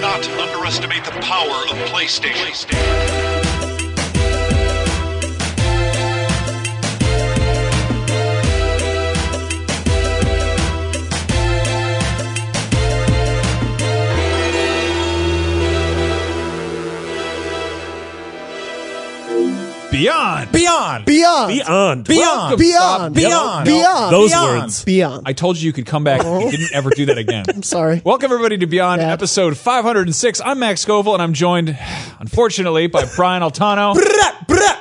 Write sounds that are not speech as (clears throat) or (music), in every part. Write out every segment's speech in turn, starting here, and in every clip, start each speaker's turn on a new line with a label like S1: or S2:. S1: not underestimate the power of PlayStation.
S2: Beyond.
S3: Beyond.
S4: Beyond.
S2: Beyond.
S3: Beyond.
S4: Beyond.
S3: Beyond.
S2: Beyond.
S4: Beyond.
S2: Those
S3: Beyond.
S2: words.
S4: Beyond.
S2: I told you you could come back. You didn't ever do that
S3: (laughs)
S2: again.
S4: I'm sorry.
S2: Welcome everybody to Beyond
S4: Bad.
S2: episode 506. I'm Max Scoville and I'm joined, (sighs) unfortunately,
S3: (laughs)
S2: by Brian Altano,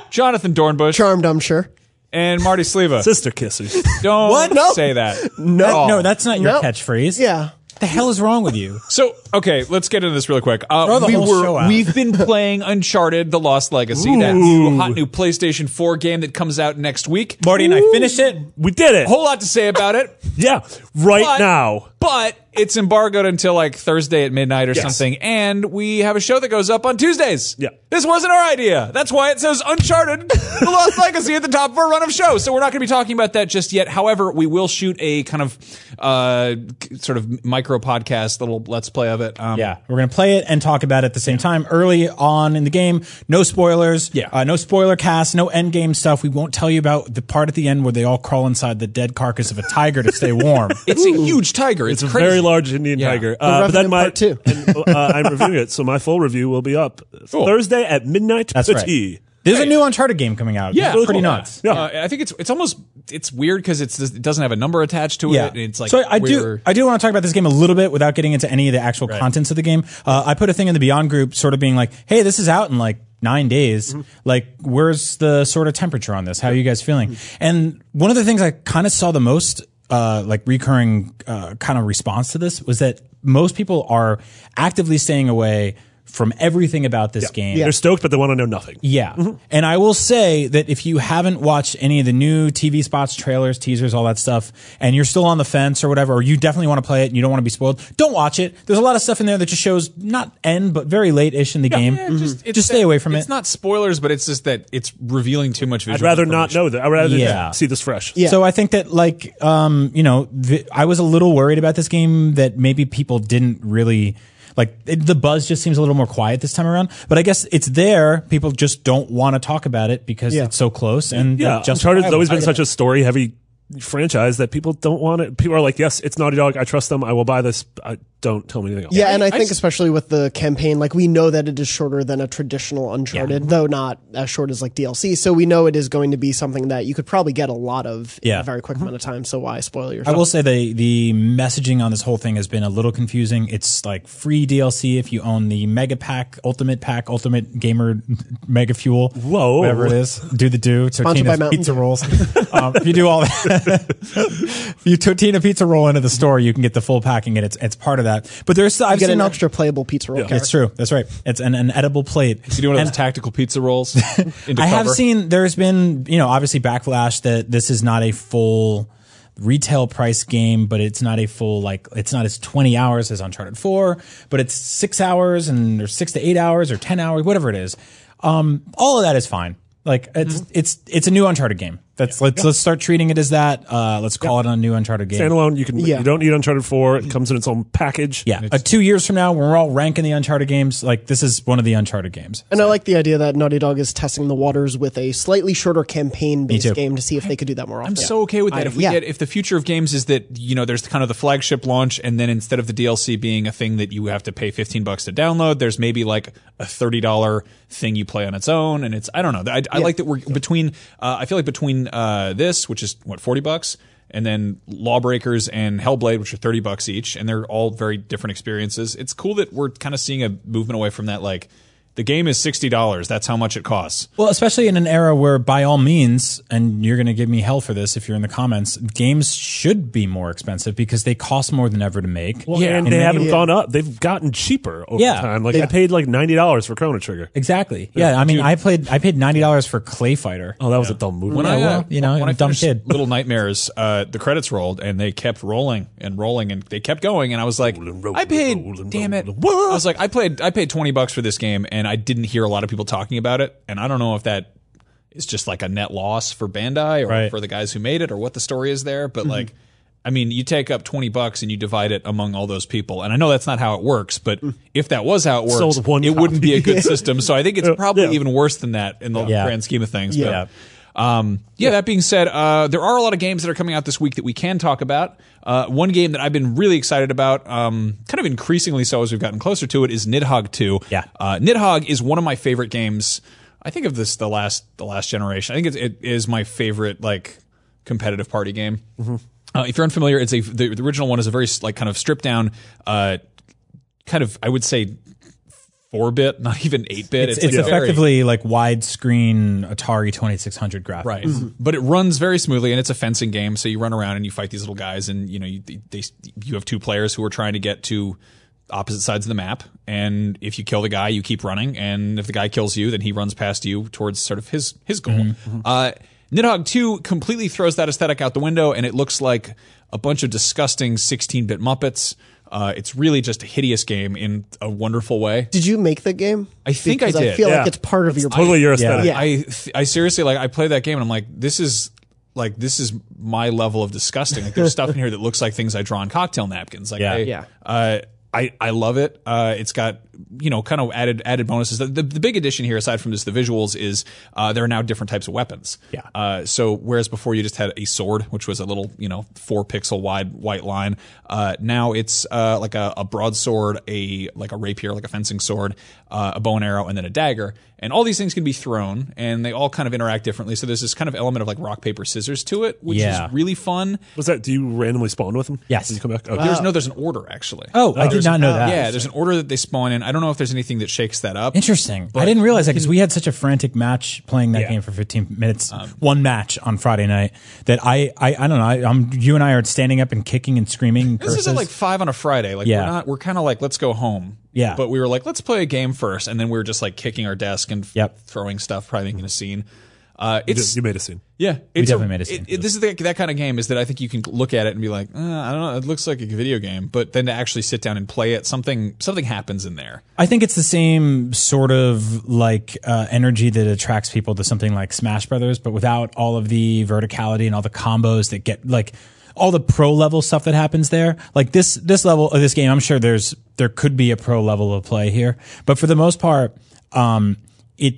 S2: Jonathan Dornbush,
S4: Charmed, I'm sure.
S2: and Marty
S3: (laughs)
S2: Sleva.
S5: Sister (laughs) kissers.
S2: Don't
S3: What? No.
S2: say that.
S3: No,
S2: Oh.
S3: no, that's not your
S4: Nope.
S3: catchphrase.
S4: Yeah.
S3: What the hell is wrong with you?
S2: So okay, let's get into this real quick. Uh,
S3: Throw the
S2: we
S3: whole show out.
S2: We've
S3: (laughs)
S2: been playing Uncharted: The Lost Legacy, that new, hot new PlayStation 4 game that comes out next week.
S3: Marty and I finished it.
S5: We did it.
S2: Whole lot to say about it.
S5: yeah. Right
S2: But-
S5: now.
S2: But it's embargoed until like Thursday at midnight or
S5: Yes.
S2: something, and we have a show that goes up on Tuesdays.
S5: Yeah.
S2: This wasn't our idea. That's why it says
S5: (laughs)
S2: Uncharted The Lost Legacy at the top of our run of shows. So we're not going to be talking about that just yet. However, we will shoot a kind of uh, c- sort of micro podcast, little let's play of it. Um,
S3: Yeah, we're gonna play it and talk about it at the same time early on in the game. No spoilers.
S2: Yeah.
S3: uh, no spoiler cast. No end game stuff. We won't tell you about the part at the end where they all crawl inside the dead carcass of a tiger to stay warm.
S2: (laughs) It's a huge tiger. It's,
S5: It's a
S2: crazy.
S5: very large Indian
S2: Yeah.
S5: tiger.
S2: The
S5: Uh, but
S4: Revenant
S5: then my
S4: Part Two.
S5: and, uh, I'm reviewing it, so my full review will be up Thursday at midnight.
S3: That's
S5: PT.
S3: right. There's a new Uncharted game coming out.
S2: Yeah.
S3: It's
S2: Cool.
S3: pretty nuts.
S5: Yeah.
S2: Uh, I think it's it's almost it's weird because it's it doesn't have a number attached to it. And it's like
S3: so. I, I do.
S2: weird.
S3: I do want to talk about this game a little bit without getting into any of the actual contents of the game. Uh, I put a thing in the Beyond group, sort of being like, "Hey, this is out in like nine days.
S2: Mm-hmm.
S3: Like, where's the sort of temperature on this? How are you guys feeling?"
S2: Mm-hmm.
S3: And one of the things I kind of saw the most. Uh, like recurring uh, kind of response to this was that most people are actively staying away from everything about this game
S5: They're stoked, but they want to know nothing.
S3: yeah.
S2: Mm-hmm.
S3: And I will say that if you haven't watched any of the new TV spots, trailers, teasers, all that stuff, and you're still on the fence or whatever, or you definitely want to play it and you don't want to be spoiled, don't watch it. There's a lot of stuff in there that just shows not end, but very late ish in the game. Mm-hmm.
S2: Yeah,
S3: just,
S2: it's
S3: stay
S2: that-
S3: away from
S2: It's
S3: it.
S2: not spoilers, but it's just that it's revealing too much. Visual
S5: I'd rather not know that. I'd rather
S3: Yeah.
S5: see this fresh.
S4: Yeah.
S3: So I think that like um you know vi- I was a little worried about this game that maybe people didn't really like it, the buzz just seems a little more quiet this time around but I guess it's there people just don't want to talk about it because
S4: Yeah.
S3: it's so close and
S5: Yeah,
S3: just
S5: Uncharted's always been such a story heavy franchise that people don't want it. People are like, yes, it's Naughty Dog. I trust them. I will buy this. I, don't tell me anything else.
S4: Yeah, and I, think especially with the campaign, like we know that it is shorter than a traditional Uncharted, though not as short as like DLC. So we know it is going to be something that you could probably get a lot of in
S3: Yeah.
S4: a very quick amount of time. So why spoil
S3: I
S4: yourself?
S3: will say the the messaging on this whole thing has been a little confusing. It's like free DLC if you own the Mega Pack, Ultimate Pack, Ultimate Gamer, Mega Fuel,
S5: Whoa.
S3: whatever it is. Do the do
S4: Sponsored by
S3: tortilla
S4: Mountain
S3: pizza
S4: Dew.
S3: rolls. um, if you do all (laughs) that, if you tortilla pizza roll into the store, you can get the full packing, and it's it's part of that. But there's I've
S4: You get
S3: seen
S4: an
S3: al-
S4: extra playable pizza roll.
S3: It's true. That's right. It's an, an edible plate.
S2: You do one of those tactical pizza
S3: (laughs)
S2: rolls. into
S3: I have
S2: cover.
S3: seen there's been you know obviously backlash that this is not a full retail price game, but it's not a full like it's not as 20 hours as Uncharted 4, but it's six hours and or six to eight hours or 10 hours, whatever it is. Um, all of that is fine. Like it's it's it's a new Uncharted game. That's let's let's start treating it as that. Uh, let's call it a new Uncharted game.
S5: Standalone, you can.
S4: Yeah.
S5: You don't need Uncharted Four. It comes in its own package.
S3: Yeah, uh, two years from now, when we're all ranking the Uncharted games, like this is one of the Uncharted games.
S4: And I like the idea that Naughty Dog is testing the waters with a slightly shorter
S3: Me
S4: campaign-based
S3: too.
S4: game to see if they could do that more often.
S2: I'm so okay with that.
S4: I-
S2: if we
S4: yeah.
S2: get if the future of games is that you know there's kind of the flagship launch, and then instead of the DLC being a thing that you have to pay 15 bucks to download, there's maybe like a 30 dollar thing you play on its own, and it's I don't know. I, I like that we're between. Uh, I feel like between uh, this, which is what 40 bucks. And then Lawbreakers and Hellblade, which are thirty bucks each, and they're all very different experiences. It's cool that we're kind of seeing a movement away from that. Like, the game is sixty dollars. That's how much it costs.
S3: Well, especially in an era where, by all means, and you're going to give me hell for this if you're in the comments, games should be more expensive because they cost more than ever to make.
S5: Well, and
S3: In
S5: they
S3: many-
S5: haven't gone up. They've gotten cheaper over
S3: Yeah.
S5: time. Like
S4: They-
S5: I paid like ninety dollars for Chrono Trigger.
S3: Exactly. Yeah, I mean, I played. I paid ninety dollars for Clay Fighter.
S5: Oh, that was a dumb movie.
S2: when I,
S3: well,
S2: uh,
S3: you know,
S2: when
S3: I'm
S2: I
S3: a dumb
S2: finished
S3: kid.
S2: Little Nightmares, uh, the credits rolled and they kept rolling and rolling and they kept going and I was like,
S5: Rolling, rolling,
S2: I paid,
S5: rolling,
S2: damn it,
S5: rolling.
S2: I was like, I played, I paid twenty bucks for this game and I didn't hear a lot of people talking about it and I don't know if that is just like a net loss for Bandai or
S3: Right. Mm-hmm.
S2: for the guys who made it or what the story is there, but like. I mean, you take up 20 bucks and you divide it among all those people. And I know that's not how it works, but if that was how it works,
S5: Mm. Sold one
S2: it wouldn't be a
S5: copy.
S2: good system. So I think it's
S5: (laughs)
S2: probably
S5: Yeah.
S2: even worse than that in the
S3: Yeah.
S2: grand scheme of things.
S3: Yeah.
S2: But, um, yeah, that being said, uh, there are a lot of games that are coming out this week that we can talk about. Uh, one game that I've been really excited about, um, kind of increasingly so as we've gotten closer to it, is Nidhogg 2.
S3: Yeah.
S2: Uh, Nidhogg is one of my favorite games. I think of this the last the last generation. I think it, it is my favorite like competitive party game.
S3: Mm-hmm.
S2: Uh, if you're unfamiliar, it's a the, the original one is a very like kind of stripped down, uh, kind of I would say four bit, not even eight bit.
S3: It's, it's
S2: like very-
S3: effectively like widescreen Atari 2600 graphics.
S2: Right. Mm-hmm. But it runs very smoothly and it's a fencing game. So you run around and you fight these little guys and you know, you, they, you have two players who are trying to get to opposite sides of the map. And if you kill the guy, you keep running. And if the guy kills you, then he runs past you towards sort of his, his goal. Uh, Nidhogg 2 completely throws that aesthetic out the window and it looks like a bunch of disgusting 16 bit Muppets. Uh, it's really just a hideous game in a wonderful way.
S4: Did you make the game?
S2: I think I
S4: because
S2: did.
S4: I feel
S5: Yeah.
S4: like it's part of your
S5: Totally your aesthetic.
S4: Yeah.
S2: I th- I seriously like I played that game and I'm like this is like this is my level of disgusting. Like there's stuff in here that looks like things I draw on cocktail napkins. Like
S3: Yeah.
S2: I,
S4: Yeah.
S2: Uh, I I love it. Uh, it's got you know kind of added added bonuses. The, the, the big addition here, aside from just the visuals, is uh, there are now different types of weapons.
S3: Yeah.
S2: Uh, so whereas before you just had a sword, which was a little you know four pixel wide white line, uh, now it's uh, like a, a broadsword, a like a rapier, like a fencing sword, uh, a bow and arrow, and then a dagger. And all these things can be thrown, and they all kind of interact differently. So there's this kind of element of like rock paper scissors to it, which
S3: Yeah.
S2: is really fun.
S5: Was that? Do you randomly spawn with them?
S3: Yes.
S5: Did you come back? Okay.
S2: Uh, There's no, there's an order actually.
S3: Oh, I did not know that.
S2: Yeah, there's an order that they spawn in. I don't know if there's anything that shakes that up.
S3: Interesting. I didn't realize that because we had such a frantic match playing that game for 15 minutes,
S2: Um,
S3: one match on Friday night that I, I, I don't know. I, I'm, you and I are standing up and kicking and screaming.
S2: This is
S3: curses.
S2: at like five on a Friday. Like
S3: Yeah.
S2: we're not. We're kind of like let's go home.
S3: Yeah.
S2: But we were like let's play a game first, and then we were just like kicking our desk and f-
S3: Yep. Mm-hmm.
S2: throwing stuff, probably making a scene. Uh,
S5: You,
S2: it's
S5: you made a scene.
S2: yeah. It's
S3: definitely made a scene.
S2: it- it- this is the, that kind of game is that I think you can look at it and be like, uh, I don't know, it looks like a video game, but then to actually sit down and play it, something something happens in there.
S3: I think it's the same sort of like uh, energy that attracts people to something like Smash Brothers, but without all of the verticality and all the combos that get like all the pro level stuff that happens there. Like this this level of this game, I'm sure there's there could be a pro level of play here, but for the most part, um, it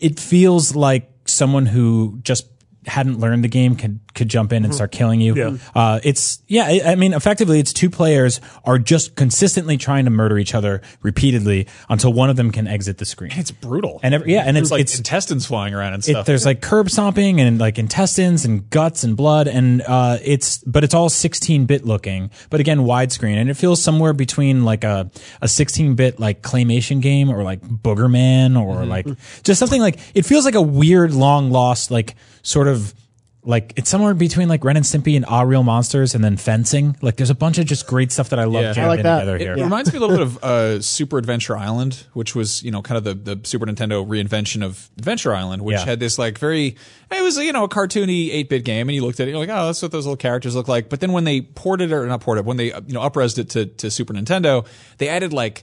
S3: it feels like someone who just hadn't learned the game could could jump in and start killing you.
S5: Yeah.
S3: Uh, it's yeah. I, I mean, effectively, it's two players are just consistently trying to murder each other repeatedly until one of them can exit the screen.
S2: It's brutal.
S3: and every, yeah, and
S2: There's
S3: it's
S2: like
S3: it's
S2: intestines flying around and
S3: it-
S2: stuff.
S3: there's like curb stomping and like intestines and guts and blood and uh, it's but it's all 16 bit looking, but again widescreen and it feels somewhere between like a a 16 bit like claymation game or like Boogerman or
S2: Mm-hmm.
S3: like just something like it feels like a weird long lost like sort of. Like it's somewhere between like Ren and Stimpy and Ah Real Monsters and then fencing. Like there's a bunch of just great stuff that I love
S2: Yeah. I
S3: jammed
S4: like
S3: in
S4: that.
S3: together
S2: It
S3: here.
S2: reminds me a little bit of uh, Super Adventure Island, which was you know kind of the, the Super Nintendo reinvention of Adventure Island, which
S3: Yeah.
S2: had this like very it was you know a cartoony eight bit game, and you looked at it you're like oh that's what those little characters look like. But then when they ported it or not ported it, when they you know upresed it to to Super Nintendo, they added like.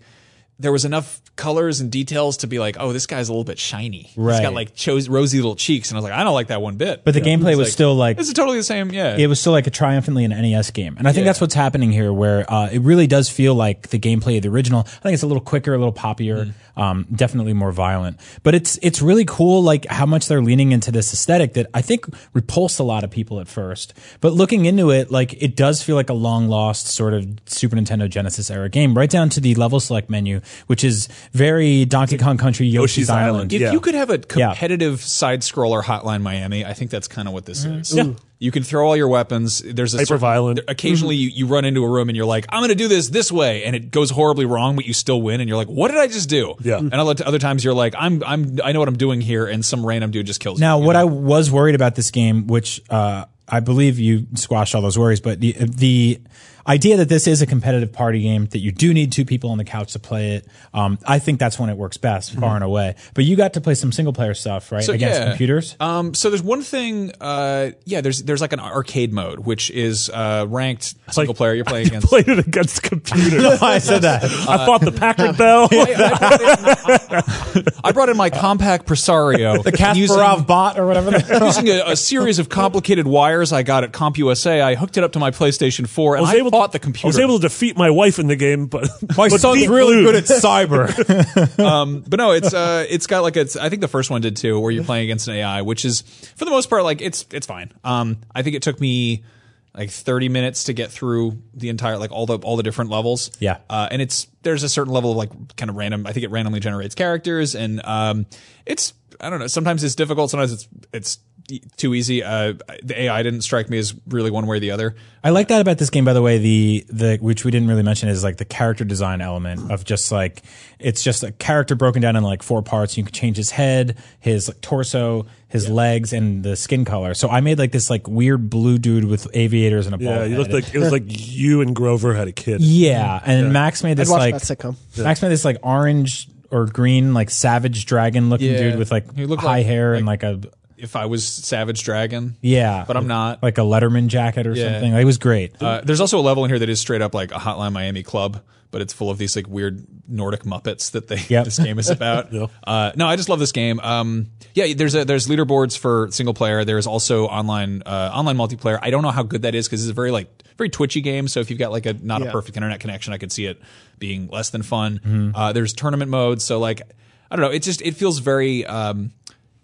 S2: There was enough colors and details to be like, oh, this guy's a little bit shiny. He's
S3: Right.
S2: got like chose, rosy little cheeks, and I was like, I don't like that one bit.
S3: But the gameplay was still like
S2: it's totally the same. Yeah,
S3: it was still like a triumphantly an NES game. And I think that's what's happening here, where uh, it really does feel like the gameplay of the original. I think it's a little quicker, a little poppier, um, definitely more violent. But it's it's really cool, like how much they're leaning into this aesthetic that I think repulsed a lot of people at first. But looking into it, like it does feel like a long lost sort of Super Nintendo Genesis era game, right down to the level select menu, which is very Donkey Kong Country,
S5: Yoshi's
S3: Yoshi's, Island.
S5: Island.
S2: If
S5: Yeah.
S2: you could have a
S3: Yeah.
S2: competitive side scroller Hotline Miami, I think that's kind of what this is. Yeah. You can throw all your weapons. There's a certain-
S5: violent.
S2: Occasionally,
S3: Mm-hmm.
S2: you, you run into a room and you're like, "I'm going to do this this way," and it goes horribly wrong, but you still win. And you're like, "What did I just do?"
S5: Yeah.
S2: And other other times you're like, "I'm I'm I know what I'm doing here," and some random dude just kills.
S3: Now,
S2: you,
S3: what I was worried about this game, which uh, I believe you squashed all those worries, but the the idea that this is a competitive party game that you do need two people on the couch to play it. Um, I think that's when it works best, far and away. But you got to play some single player stuff, right? Against
S2: Mm-hmm. yeah.
S3: computers.
S2: (laughs)
S3: (laughs)
S2: Um, so there's one thing. Uh, yeah, there's there's like an arcade mode, which is uh, ranked single player. You're
S3: (laughs)
S5: (laughs)
S2: playing against.
S5: Played it against
S2: (laughs)
S5: computers.
S3: I said that.
S5: I fought the Packard Bell.
S2: I brought
S3: (laughs)
S2: in my compact Presario, the
S3: Kasparov bot or
S2: (laughs)
S3: whatever. the-
S2: Using a, a series of complicated wires I got at CompUSA, I hooked it up to my PlayStation 4 and I, fought the computer.
S5: I was able to defeat my wife in the game, but
S3: (laughs) My
S5: but
S3: son's
S5: Deep
S3: really
S5: Blue-
S3: good at cyber.
S2: but no, it's uh, it's got like it's. I think the first one did too, where you're playing against an AI, which is for the most part like it's it's fine. Um, I think it took me like 30 minutes to get through the entire like all the all the different levels.
S3: Yeah.
S2: uh, and it's there's a certain level of like kind of random. I think it randomly generates characters, and um, it's I don't know. Sometimes it's difficult. Sometimes it's it's e- too easy. Uh, the AI didn't strike me as really one way or the other.
S3: I like that about this game, by the way. The the which we didn't really mention is like the character design element of just like it's just a character broken down into like four parts. You can change his head, his like, torso, his legs, and the skin color. So I made like this like weird blue dude with aviators and a
S5: (laughs)
S3: ball.
S5: Yeah, you looked like it was like you and Grover had a kid.
S3: yeah, and Max made this
S4: watch
S3: like
S4: that sitcom.
S3: Max made this like orange or green like savage dragon looking
S2: Yeah.
S3: dude with like
S2: He looked
S3: high
S2: like-
S3: hair and like a
S2: If I was Savage Dragon,
S3: yeah,
S2: but I'm not.
S3: like a Letterman jacket or something. Like, it was great.
S2: Uh, there's also a level in here that is straight up like a Hotline Miami club, but it's full of these like weird Nordic Muppets that they
S3: (laughs) Yep.
S2: this game is about. uh, no, I just love this game. Um, yeah, there's a, there's leaderboards for single player. There's also online uh, online multiplayer. I don't know how good that is because it's a very like very twitchy game. So if you've got like a not a
S4: Yeah.
S2: perfect internet connection, I could see it being less than fun.
S3: Mm-hmm.
S2: Uh, there's tournament mode. So like I don't know. It just it feels very. Um,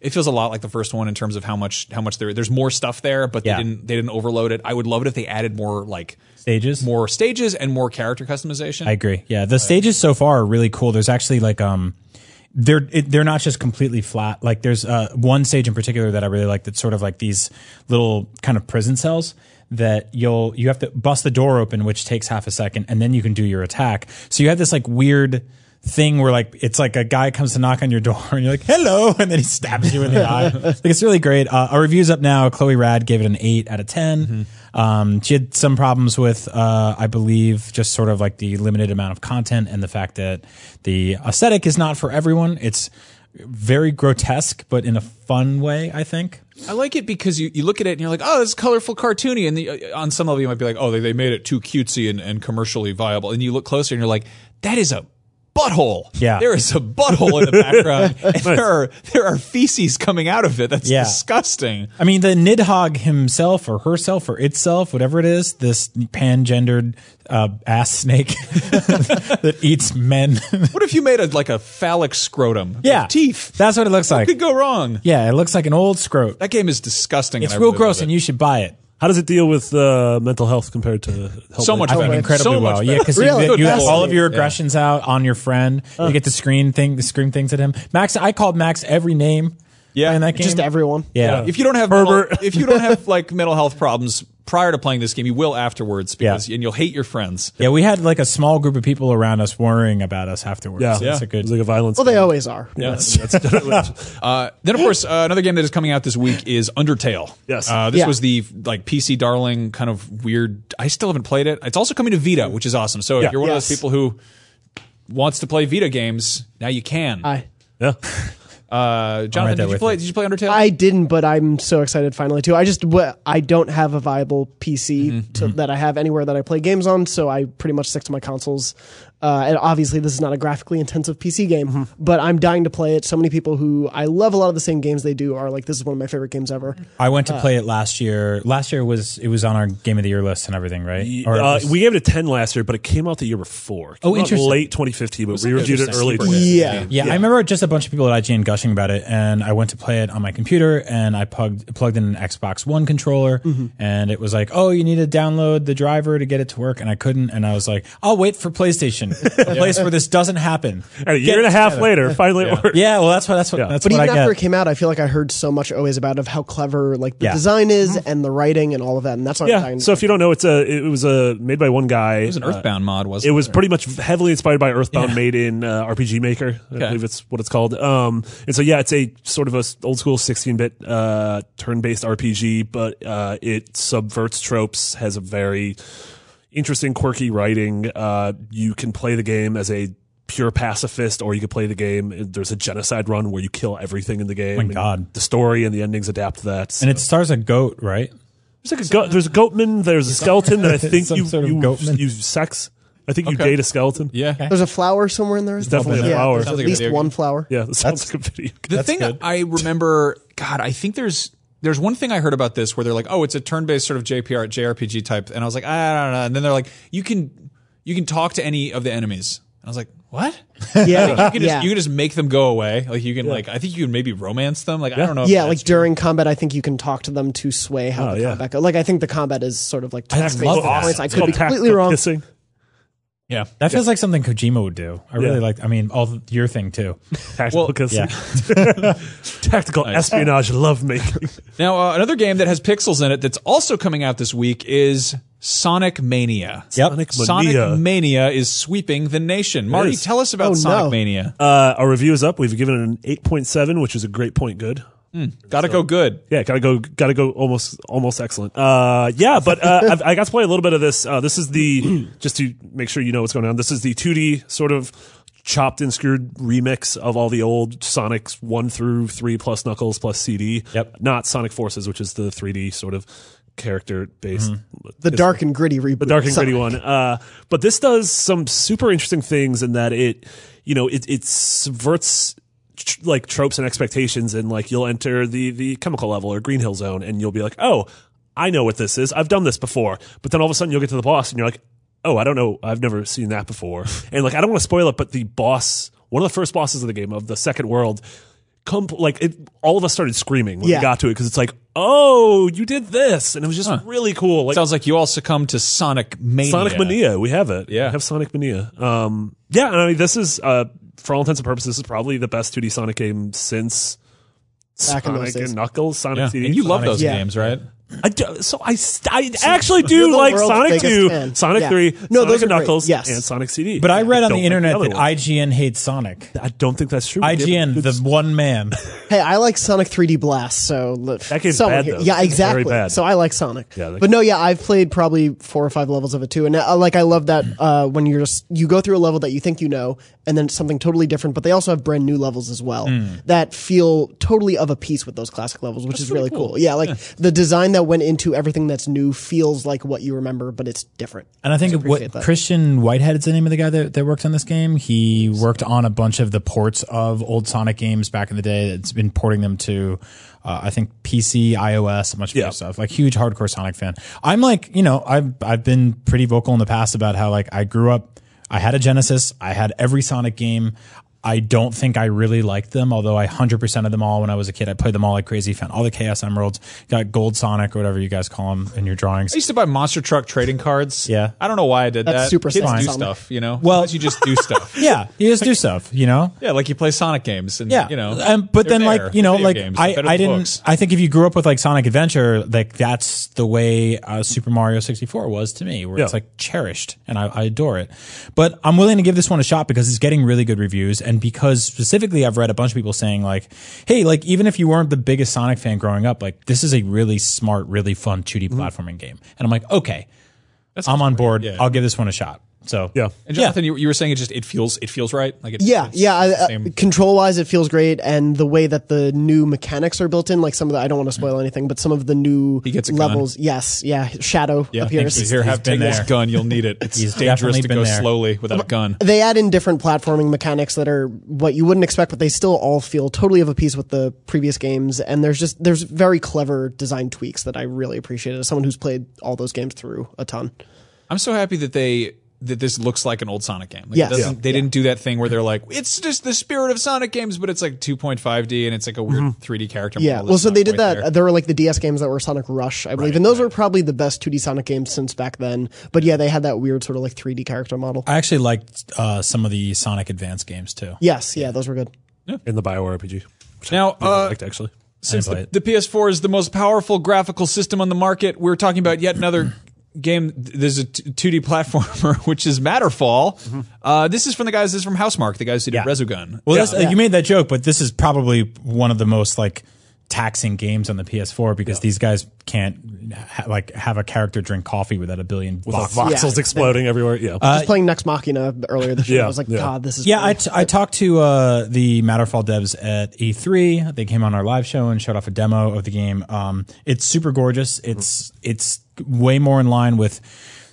S2: it feels a lot like the first one in terms of how much how much there there's more stuff there, but
S3: Yeah.
S2: they didn't they didn't overload it. I would love it if they added more like
S3: Stages?
S2: more stages, and more character customization.
S3: I agree. Yeah, the stages so far are really cool. There's actually like um, they're it, they're not just completely flat. Like there's uh one stage in particular that I really like that's sort of like these little kind of prison cells that you'll you have to bust the door open, which takes half a second, and then you can do your attack. So you have this like weird thing where like it's like a guy comes to knock on your door (laughs) and you're like hello and then he stabs you in the eye like it's really great uh, our reviews up now chloe rad gave it an 8 out of 10 um, she had some problems with uh, i believe just sort of like the limited amount of content and the fact that the aesthetic is not for everyone it's very grotesque but in a fun way i think
S2: I like it because you, you look at it and you're like, oh, this is colorful, cartoony, and the, uh, on some level you might be like, oh, they, they made it too cutesy and, and commercially viable, and you look closer and you're like, that is a butthole.
S3: Yeah.
S2: there is a butthole in the
S3: (laughs)
S2: background, and there are there are feces coming out of it. That's
S3: Yeah.
S2: disgusting.
S3: I mean, the Nidhogg himself or herself or itself, whatever it is, this pan-gendered uh, ass snake (laughs) that eats men.
S2: What if you made a like a phallic scrotum?
S3: yeah,
S2: with teeth.
S3: (laughs) That's what it looks like.
S2: Could go wrong.
S3: Yeah, it looks like an old scrote.
S2: That game is disgusting.
S3: It's
S2: and I
S3: real
S2: really
S3: gross,
S2: love it.
S3: and you should buy it.
S5: How does it deal with uh, mental health compared to Hellblade?
S2: so much
S3: I
S2: better.
S3: think incredibly
S2: so much
S3: well. Yeah,
S2: better.
S3: because
S4: Really?
S3: you, you have
S4: Good.
S3: all of your aggressions out on your friend. You get to screen thing, scream things at him. Max, I called Max every name.
S2: Yeah,
S3: in that game.
S4: Just everyone.
S3: Yeah.
S2: if you don't have
S5: Herbert.
S2: mental- if you don't have like mental health problems prior to playing this game, you will afterwards because
S3: Yeah.
S2: and you'll hate your friends.
S3: Yeah, we had like a small group of people around us worrying about us afterwards.
S5: Yeah,
S3: so that's a
S5: It
S3: good.
S5: was like a violence.
S4: Well, they always are. (laughs)
S2: Uh, then of course uh, another game that is coming out this week is Undertale.
S5: Yes.
S2: uh, this
S4: Yeah.
S2: was the like PC darling kind of weird. I still haven't played it. It's also coming to Vita, which is awesome. So if
S5: Yeah.
S2: you're one of those
S4: Yes.
S2: people who wants to play Vita games, now you can.
S4: I
S5: yeah.
S2: Uh, Jonathan,
S3: there
S2: did you
S3: with
S2: play?
S3: you.
S2: Did you play Undertale?
S4: I didn't, but I'm so excited finally too. I just w- I don't have a viable PC to, that I have anywhere that I play games on, so I pretty much stick to my consoles. Uh, and obviously, this is not a graphically intensive PC game, but I'm dying to play it. So many people who I love a lot of the same games they do are like, this is one of my favorite games ever.
S3: I went to play it last year. Last year was it was on our game of the year list and everything, right?
S5: (laughs)
S3: Or it
S5: Uh,
S3: was-
S5: we gave it a 10 last year, but it came out the year before. It came
S3: Oh,
S5: out
S3: interesting.
S5: Late 2015, but we reviewed it
S2: Interesting.
S5: early.
S2: Super good.
S4: Yeah.
S3: yeah, I remember just a bunch of people at IGN gushing about it, and I went to play it on my computer, and I plugged plugged in an Xbox One controller,
S5: Mm-hmm.
S3: and it was like, "Oh, you need to download the driver to get it to work," and I couldn't, and I was like, "I'll wait for
S5: (laughs)
S3: PlayStation, a place where this doesn't happen."
S5: And a year and a half later, finally (laughs) it worked.
S3: Yeah, well, that's what that's what
S5: Yeah.
S3: that's
S4: But
S3: what
S4: even
S3: I
S4: after it
S3: get.
S4: came out, I feel like I heard so much always about of how clever like the
S3: Yeah.
S4: design is and the writing and all of that, and that's why I'm
S5: Yeah.
S4: dying.
S5: So if you don't know, it's a it was a made by one guy.
S2: it was
S3: Uh,
S2: an Earthbound mod, wasn't
S5: It
S2: it?
S5: was pretty much heavily inspired by Earthbound, made in uh, RPG Maker. I believe it's what it's called. Um, and so yeah, it's a sort of a s- old school 16-bit uh, turn-based RPG, but uh, it subverts tropes, has a very interesting, quirky writing. Uh, you can play the game as a pure pacifist, or you could play the game. uh, There's a genocide run where you kill everything in the game.
S3: My
S5: and
S3: God.
S5: the story and the endings adapt to that.
S3: And it stars a goat, right?
S5: there's like a go- there's a goatman. There's a skeleton
S3: (laughs)
S5: that I think
S3: Some
S5: you
S3: sort of
S5: you,
S3: goatman.
S5: you sex. I think you
S2: Okay.
S5: date a skeleton.
S2: Yeah.
S4: There's a flower somewhere in there. It's
S5: definitely a flower.
S4: there's
S5: Sounds
S4: at
S2: like a
S4: least
S2: video
S4: one
S2: game.
S4: flower.
S5: Yeah, that sounds like a video.
S2: The thing I remember, God, I think there's there's one thing I heard about this where they're like, oh, it's a turn-based sort of JPR JRPG type, and I was like, "Ah, I don't know. And then they're like, you can you can talk to any of the enemies, and I was like, what?
S4: Yeah, yeah,
S2: You can, just, you can just make them go away. Like you can like I think you can maybe romance them. Like I don't know. if
S4: Yeah,
S2: that's
S4: like during combat, I think you can talk to them to sway how
S5: Oh,
S4: the
S5: yeah.
S4: combat goes. Like I think the combat is sort of like text based
S5: Love that.
S4: points. I
S5: It's
S4: could
S5: called
S4: be completely
S5: tactical
S4: wrong.
S5: Kissing.
S2: yeah.
S3: That feels like something Kojima would do. I really
S5: Yeah.
S3: like. I mean, all your thing too.
S5: Tactical
S2: Well,
S5: kissing. (laughs) tactical espionage lovemaking.
S2: Now uh, another game that has pixels in it that's also coming out this week is Sonic Mania.
S3: Yep.
S5: Sonic
S2: Sonic
S5: Mania.
S2: Mania is sweeping the nation. Marty,
S5: is.
S2: tell us about
S4: Oh,
S2: Sonic
S4: no.
S2: Mania.
S5: (laughs) Uh, our review is up. We've given it an 8.7, which is a great point good.
S2: Gotta go good.
S5: Yeah, gotta go, gotta go, almost, almost excellent. Uh, yeah, but uh, I've, I got to play a little bit of this. Uh, this is the (clears throat) just to make sure you know what's going on. This is the 2D sort of chopped and screwed remix of all the old Sonics one through three plus Knuckles plus CD.
S3: Yep.
S5: Not Sonic Forces, which is the 3D sort of character based
S4: The dark and gritty reboot.
S5: the dark and gritty one. Uh, but this does some super interesting things in that it, you know, it it subverts tr- like tropes and expectations, and like you'll enter the the chemical level or Green Hill Zone, and you'll be like, oh, I know what this is. I've done this before. But then all of a sudden you'll get to the boss, and you're like, oh, I don't know. I've never seen that before. and like I don't want to spoil it, but the boss, one of the first bosses of the game of the second world. Com- like it, all of us started screaming when
S4: Yeah.
S5: we got to it because it's like, oh, you did this, and it was just really cool. Like
S2: Sounds like you all succumbed to Sonic Mania.
S5: Sonic Mania. We have it.
S2: Yeah.
S5: We have Sonic Mania. Um, yeah, and I mean, this is, uh, for all intents and purposes, this is probably the best 2D Sonic game since
S4: Back in those
S5: Sonic
S4: days.
S5: and Knuckles, Sonic
S2: Yeah.
S5: CD.
S2: And you love those
S4: Yeah.
S2: games, right?
S5: I do, so I, st- I actually do
S4: You're the
S5: like
S4: world's
S5: Sonic
S4: biggest
S5: 2,
S4: fan.
S5: Sonic
S4: Yeah.
S5: 3,
S4: No,
S5: Sonic
S4: those
S5: and
S4: are great.
S5: Knuckles,
S4: Yes.
S5: and Sonic CD.
S3: But I read on
S5: don't
S3: the
S5: like
S3: internet
S5: other
S3: that
S5: ones.
S3: IGN hates Sonic.
S5: I don't think that's true.
S3: IGN, the
S5: It's-
S3: one man.
S4: Hey, I like Sonic 3D Blast. So look,
S5: That game's
S4: someone
S5: bad,
S4: here-
S5: though.
S4: Yeah,
S5: It's very
S4: exactly.
S5: bad.
S4: So I like Sonic.
S5: Yeah, that-
S4: but no, yeah, I've played probably four or five levels of it too, and uh, like I love that uh, when you're just you go through a level that you think you know, and then it's something totally different. But they also have brand new levels as well
S5: Hmm.
S4: that feel totally of a piece with those classic levels, which is really cool. Yeah, like the design that went into everything that's new feels like what you remember, but it's different.
S3: And I think what
S4: appreciate that.
S3: Christian Whitehead is the name of the guy that, that worked on this game. He worked on a bunch of the ports of old Sonic games back in the day. It's been porting them to, uh, I think PC, iOS, a bunch of
S5: Yeah.
S3: other stuff. Like huge hardcore Sonic fan. I'm like, you know, I've I've been pretty vocal in the past about how like I grew up. I had a Genesis. I had every Sonic game. I don't think I really liked them, although I 100% of them all when I was a kid. I played them all like crazy, found all the Chaos Emeralds, got Gold Sonic or whatever you guys call them in your drawings.
S2: I used to buy monster truck trading cards.
S3: Yeah.
S2: I don't know why I did
S4: That's
S2: that.
S4: super
S2: Kids
S4: Sonic.
S2: do
S4: Sonic.
S2: stuff, you know?
S3: Well-
S2: Sometimes you just do stuff.
S3: (laughs) Yeah, you just do stuff, you know?
S2: Yeah, like you play Sonic games and,
S3: Yeah,
S2: you know.
S3: um, but
S2: they're
S3: then
S2: there.
S3: like you know,
S2: Video
S3: like
S2: games.
S3: I,
S2: They're better
S3: I
S2: than
S3: didn't.
S2: books.
S3: I think if you grew up with like Sonic Adventure, like that's the way uh, Super Mario sixty four was to me, where it's
S5: Yeah.
S3: like cherished and I, I adore it. But I'm willing to give this one a shot because it's getting really good reviews, and because specifically I've read a bunch of people saying like, hey, like even if you weren't the biggest Sonic fan growing up, like this is a really smart, really fun two D
S2: Mm-hmm.
S3: platforming game, and I'm like, okay, I'm on board. I'll give this one a shot. So
S5: Yeah.
S2: And Jonathan, you, you were saying it just it feels it feels right. Like it,
S4: Yeah,
S2: it's
S4: yeah.
S2: the
S4: I, uh,
S2: same-
S4: control wise, it feels great, and the way that the new mechanics are built in, like some of the I don't want to spoil anything, but some of the new
S2: Mm-hmm. gets a gun.
S4: levels. Yes, yeah. Shadow
S2: yeah.
S4: appears.
S2: Here, have
S3: been
S2: take this
S3: there.
S2: gun. You'll
S3: (laughs)
S2: need it. It's
S3: He's
S2: dangerous
S3: definitely
S2: to
S3: been
S2: go
S3: there.
S2: slowly without a gun.
S4: They add in different platforming mechanics that are what you wouldn't expect, but they still all feel totally of a piece with the previous games. And there's just there's very clever design tweaks that I really appreciate as someone who's played all those games through a ton.
S2: I'm so happy that they that this looks like an old Sonic game. Like, it
S4: Yes.
S2: doesn't-
S4: Yeah.
S2: They didn't do that thing where they're like, it's just the spirit of Sonic games, but it's like 2.5D and it's like a weird 3D character.
S4: Mm-hmm. Yeah.
S2: model
S4: Well,
S2: that's
S4: so
S2: not
S4: they did
S2: quite
S4: that.
S2: there.
S4: There. were like the DS games that were Sonic Rush, I believe, and those were probably the best 2D Sonic games since back then. But yeah, they had that weird sort of like 3D character model.
S3: I actually liked uh, some of the Sonic Advance games too.
S4: Yes, yeah, those were good.
S5: in the Bioware RPG, which
S2: Now,
S5: I really
S2: uh,
S5: liked actually.
S2: Since
S3: play
S2: the,
S3: it.
S2: the PS4 is the most powerful graphical system on the market, we're talking about yet another game. There's a t- 2D platformer, (laughs) which is Matterfall.
S4: Mm-hmm.
S2: Uh, this is from the guys. This is from Housemark, the guys who did Resogun.
S3: Well,
S2: Yeah.
S3: that's, uh, you made that joke, but this is probably one of the most like taxing games on the PS4 because these guys can't ha- like have a character drink coffee without a billion voxels.
S5: voxels exploding everywhere. Yeah.
S4: I was playing Next Machina earlier this year.
S5: Uh, yeah,
S4: I was like,
S5: yeah.
S4: God, this is
S3: Yeah, I, t- I talked to uh, the Matterfall devs at E3. They came on our live show and showed off a demo of the game. Um, it's super gorgeous. It's it's way more in line with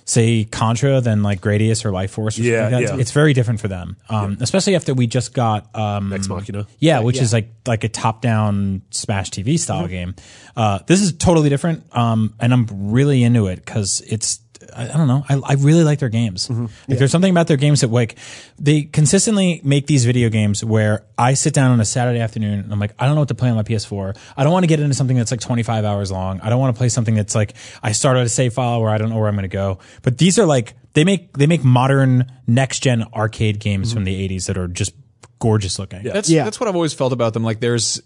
S3: say Contra than like Gradius or Life Force. Or
S5: Yeah,
S3: something like that.
S5: yeah.
S3: It's very different for them, um, especially after we just got um,
S5: Ex Machina.
S3: yeah, which is like like a top down Smash TV style game. Uh, this is totally different, um, and I'm really into it because it's I, I don't know I, I really like their games. Like, There's something about their games that like they consistently make these video games where I sit down on a Saturday afternoon and I'm like I don't know what to play on my PS4. I don't want to get into something that's like 25 hours long. I don't want to play something that's like I start at a save file where I don't know where I'm going to go. But these are like they make they make modern next gen arcade games from the 80s that are just gorgeous looking.
S2: That's
S4: Yeah.
S2: that's what I've always felt about them. Like there's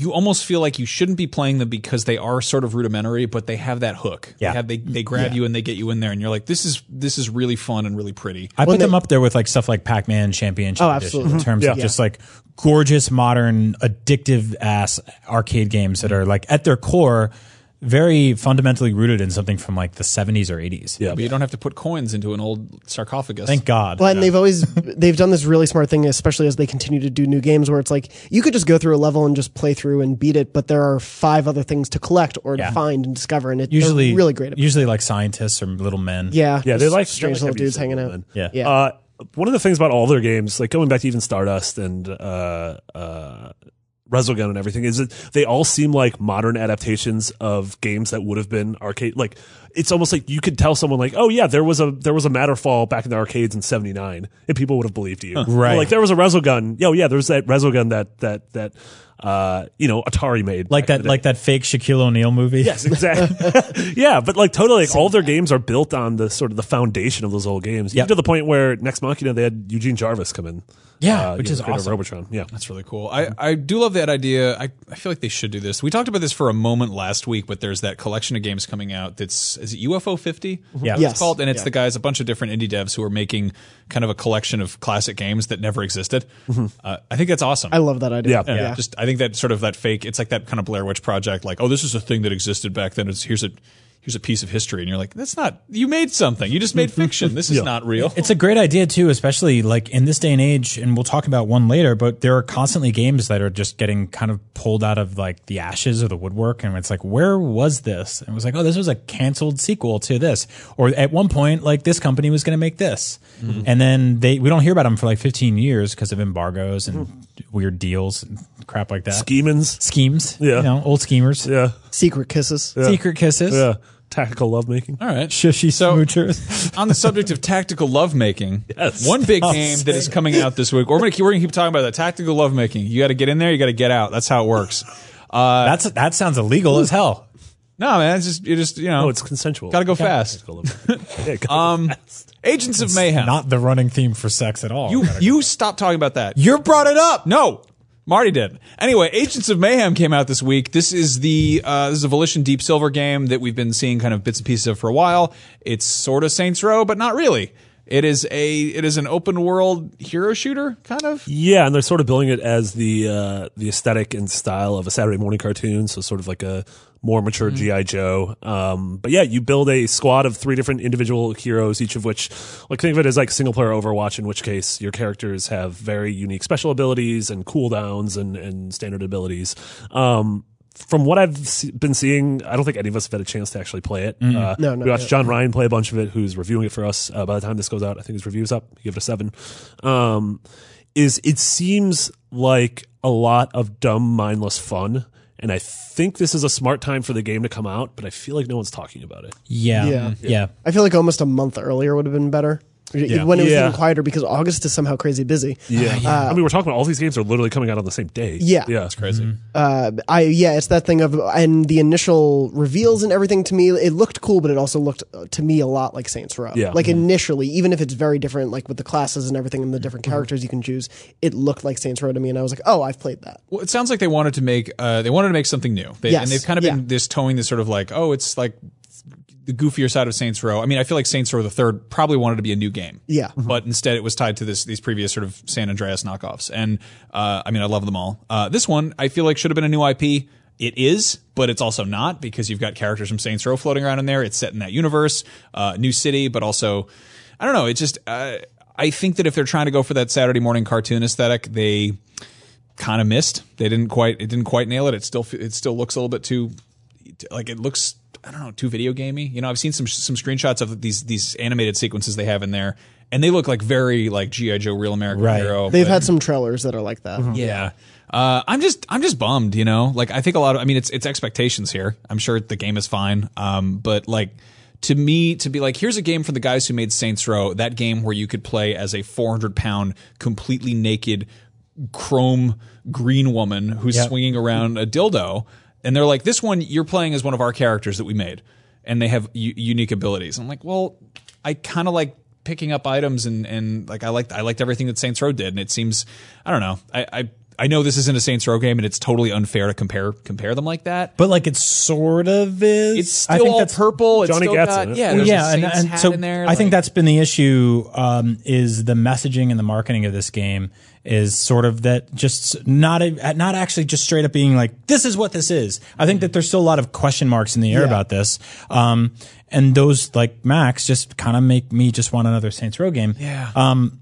S2: you almost feel like you shouldn't be playing them because they are sort of rudimentary, but they have that hook.
S3: Yeah.
S2: They have they, they grab you and they get you in there and you're like, this is this is really fun and really pretty.
S3: I put them up there with like stuff like Pac Man Championship
S4: Oh,
S3: Edition
S4: absolutely.
S3: in terms of
S5: Yeah.
S3: just like gorgeous, modern, addictive ass arcade games that are like at their core very fundamentally rooted in something from like the 70s or 80s.
S5: Yeah.
S2: But you don't have to put coins into an old sarcophagus.
S3: Thank God.
S4: Well, and they've always they've done this really smart thing, especially as they continue to do new games, where it's like you could just go through a level and just play through and beat it, but there are five other things to collect or
S3: Yeah.
S4: to find and discover, and it, they're
S3: usually
S4: really great. At
S3: Usually like scientists or little men.
S4: yeah,
S5: Yeah, they
S4: just
S5: like
S4: strange
S5: they like
S4: little dudes
S5: heavy
S4: hanging out.
S5: men.
S3: Yeah.
S4: yeah.
S5: Uh, one of the things about all their games, like going back to even Stardust and uh, uh, Resogun and everything, is that they all seem like modern adaptations of games that would have been arcade. Like it's almost like you could tell someone like, "Oh yeah, there was a there was a Matterfall back in the arcades in '79," and people would have believed you.
S3: Right.
S5: Or, like there was a Resogun. Yeah, yeah, there was that Resogun that that that uh, you know Atari made.
S3: Like
S5: back in
S3: that
S5: the day.
S3: like that fake Shaquille O'Neal movie.
S5: Yes, exactly. (laughs) yeah, but like totally, like all of their games are built on the sort of the foundation of those old games.
S3: Yep.
S5: Even to the point where next Machina they had Eugene Jarvis come in. Uh,
S3: Yeah, which
S5: you know,
S3: is
S5: the creator of Robotron. Yeah,
S2: That's really cool. I, I do love that idea. I, I feel like they should do this. We talked about this for a moment last week, but there's that collection of games coming out that's is it UFO 50?
S3: Mm-hmm. Yeah.
S2: It's
S4: Yes.
S2: called and it's the guys a bunch of different indie devs who are making kind of a collection of classic games that never existed.
S3: Mm-hmm.
S2: Uh, I think that's awesome.
S4: I love that idea.
S5: Yeah.
S4: yeah.
S2: Just I think that sort of that fake it's like that kind of Blair Witch project like oh this is a thing that existed back then it's here's a here's a piece of history and you're like that's not you made something. You just made
S5: Mm-hmm.
S2: fiction. This is not real.
S3: It's a great idea too, especially like in this day and age, and we'll talk about one later, but there are constantly games that are just getting kind of pulled out of like the ashes or the woodwork. And it's like, where was this? And it was like, oh, this was a canceled sequel to this. Or at one point, like this company was going to make this.
S5: Mm-hmm.
S3: And then they, we don't hear about them for like 15 years because of embargoes and weird deals and crap like that.
S5: Schemans.
S3: Schemes.
S5: Yeah.
S3: You know, old schemers.
S5: Yeah,
S4: Secret kisses.
S3: Secret kisses.
S5: yeah. Tactical
S3: Oh.
S5: lovemaking.
S2: All right.
S3: Shushy
S2: So-
S3: smoochers.
S2: on the subject of tactical lovemaking,
S5: (laughs) Yes.
S2: one big game that is coming out this week. We're gonna keep, we're gonna keep talking about that tactical lovemaking. You got to get in there. You got to get out. That's how
S5: (laughs)
S2: it works. uh,
S3: That's, that sounds illegal as hell.
S2: No man, it's just you just you know
S5: Oh, it's consensual.
S2: Gotta go fast. Um,
S5: Tactical
S2: (laughs)
S5: lovemaking. Yeah, gotta go fast.
S2: agents of mayhem.
S3: Not the running theme for sex at all.
S2: you you stop talking about that.
S3: You brought it up.
S2: No. Marty did. Anyway, Agents of Mayhem came out this week. This is the uh, this is a Volition Deep Silver game that we've been seeing kind of bits and pieces of for a while. It's sort of Saints Row, but not really. It is a it is an open world hero shooter, kind of.
S5: Yeah, and they're sort of billing it as the uh, the aesthetic and style of a Saturday morning cartoon, so sort of like a more mature GI Joe. Um, but yeah, you build a squad of three different individual heroes, each of which, like, think of it as like single player Overwatch, in which case your characters have very unique special abilities and cooldowns and and standard abilities. Um, from what I've se- been seeing, I don't think any of us have had a chance to actually play it. Uh,
S4: No, no,
S5: we watched
S4: no.
S5: John Ryan play a bunch of it, who's reviewing it for us. Uh, by the time this goes out, I think his review's up. He gave it a seven. Um, is it seems like a lot of dumb, mindless fun, and I think this is a smart time for the game to come out. But I feel like no one's talking about it.
S3: Yeah. Mm-hmm.
S4: Yeah.
S3: Yeah.
S4: I feel like almost a month earlier would have been better. When it was
S5: Yeah.
S4: even quieter because August is somehow crazy busy.
S5: Yeah, I mean, we're talking about all these games are literally coming out on the same day.
S4: Yeah.
S5: yeah, it's crazy.
S4: uh, I yeah, it's that thing of and the initial reveals and everything to me, it looked cool, but it also looked uh, to me a lot like Saints Row.
S5: Yeah.
S4: Like initially, even if it's very different, like with the classes and everything and the different characters you can choose, it looked like Saints Row to me, and I was like, oh, I've played that.
S2: Well, it sounds like they wanted to make uh, they wanted to make something new, they,
S4: Yes.
S2: and they've kind of been
S4: Yeah.
S2: this towing this sort of like oh, it's like the goofier side of Saints Row. I mean, I feel like Saints Row the Third probably wanted to be a new game.
S4: Yeah. Mhm.
S2: but instead it was tied to this these previous sort of San Andreas knockoffs. And uh, I mean, I love them all. Uh, this one I feel like should have been a new IP. It is, but it's also not because you've got characters from Saints Row floating around in there. It's set in that universe, uh, new city, but also I don't know. It's just uh, I think that if they're trying to go for that Saturday morning cartoon aesthetic, they kind of missed. They didn't quite. It didn't quite nail it. It still. It still looks a little bit too, like it looks. I don't know, too video gamey. You know, I've seen some some screenshots of these these animated sequences they have in there, and they look like very like GI Joe, Real American
S3: Right.
S2: Hero.
S4: They've
S2: but-
S4: had some trailers that are like that.
S3: Mm-hmm.
S2: yeah. Uh, I'm just I'm just bummed, you know. Like I think a lot of I mean it's it's expectations here. I'm sure the game is fine. Um, but like to me to be like here's a game for the guys who made Saints Row, that game where you could play as a 400 pound completely naked chrome green woman who's swinging around a dildo, and they're like this one you're playing as one of our characters that we made, and they have u- unique abilities. I'm like, well, I kind of like picking up items and and like I liked I liked everything that Saints Row did, and it seems I don't know I. I I know this isn't a Saints Row game, and it's totally unfair to compare compare them like that.
S3: But like it sort of is.
S2: It's still all purple. It's
S5: Johnny
S2: still
S5: Gat's
S2: got-
S5: in it.
S2: yeah, there's
S3: yeah,
S2: a
S3: and,
S2: Saints
S3: and
S2: hat
S3: so
S2: in there.
S3: I think
S2: like-
S3: that's been the issue um, is the messaging and the marketing of this game is sort of that just not a, not actually just straight up being like this is what this is. I think that there's still a lot of question marks in the air about this, um, and those like Max just kind of make me just want another Saints Row game.
S2: Yeah.
S3: Um,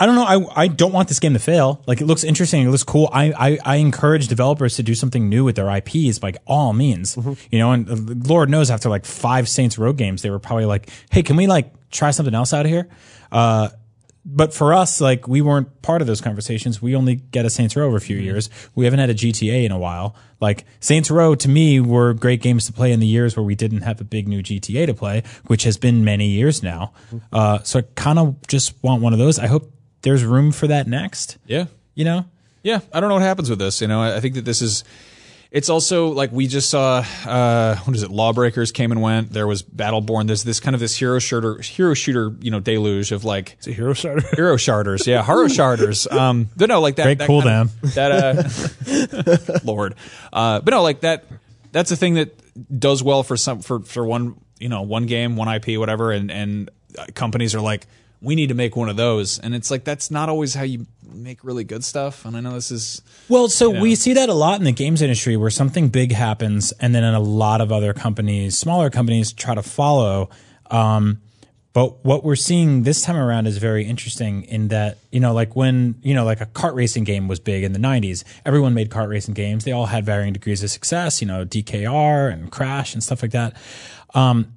S3: I don't know. I, I don't want this game to fail. Like it looks interesting. It looks cool. I, I, I encourage developers to do something new with their IPs by all means. You know, and uh, Lord knows after like five Saints Row games, they were probably like, Hey, can we like try something else out here? Uh, but for us, like we weren't part of those conversations. We only get a Saints Row over a few years. We haven't had a GTA in a while. Like Saints Row to me were great games to play in the years where we didn't have a big new GTA to play, which has been many years now. Uh, so I kind of just want one of those. I hope there's room for that next.
S2: yeah.
S3: You know,
S2: yeah, I don't know what happens with this. You know, I, I think that this is. It's also like we just saw. Uh, what is it? Lawbreakers came and went. There was Battleborn. There's this kind of this hero shooter, hero shooter, you know, deluge of like
S5: The hero starter.
S2: (laughs) hero sharders. Yeah, horror sharders. Um, but no, like that.
S3: Great
S2: that
S3: cool
S2: kind of- (laughs) That uh, Lord. Uh, but no, like that. That's a thing that does well for some for for one you know one game one IP whatever, and and uh, companies are like. We need to make one of those, and it's like that's not always how you make really good stuff. And I know this is
S3: Well, so we see that a lot in the games industry where something big happens and then a lot of other companies, smaller companies try to follow. Um, but what we're seeing this time around is very interesting in that, you know, like when, you know, like a kart racing game was big in the 90s, everyone made kart racing games. They all had varying degrees of success, you know, DKR and Crash and stuff like that. Um,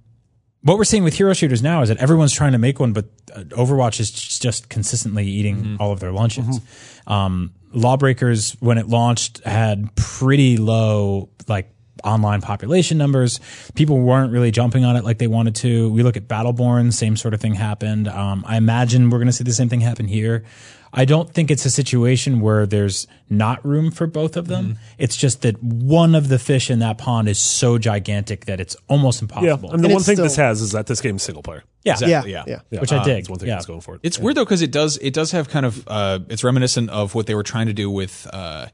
S3: what we're seeing with hero shooters now is that everyone's trying to make one, but uh, Overwatch is just just consistently eating
S5: Mm-hmm.
S3: all of their lunches. Um, Lawbreakers, when it launched, had pretty low like online population numbers. People weren't really jumping on it like they wanted to. We look at Battleborn, same sort of thing happened. Um, I imagine we're going to see the same thing happen here. I don't think it's a situation where there's not room for both of them.
S5: Mm-hmm.
S3: It's just that one of the fish in that pond is so gigantic that it's almost
S5: Yeah,
S3: impossible.
S5: I mean, the
S4: And
S5: one
S4: it's
S5: thing this
S4: still-
S5: has is that this game's single player.
S3: Yeah. Uh,
S4: Yeah.
S2: Yeah.
S4: Yeah.
S3: Which I dig.
S5: That's one thing
S3: yeah.
S5: that's going for it.
S2: It's weird though because it does it does have kind of uh, it's reminiscent of what they were trying to do with uh,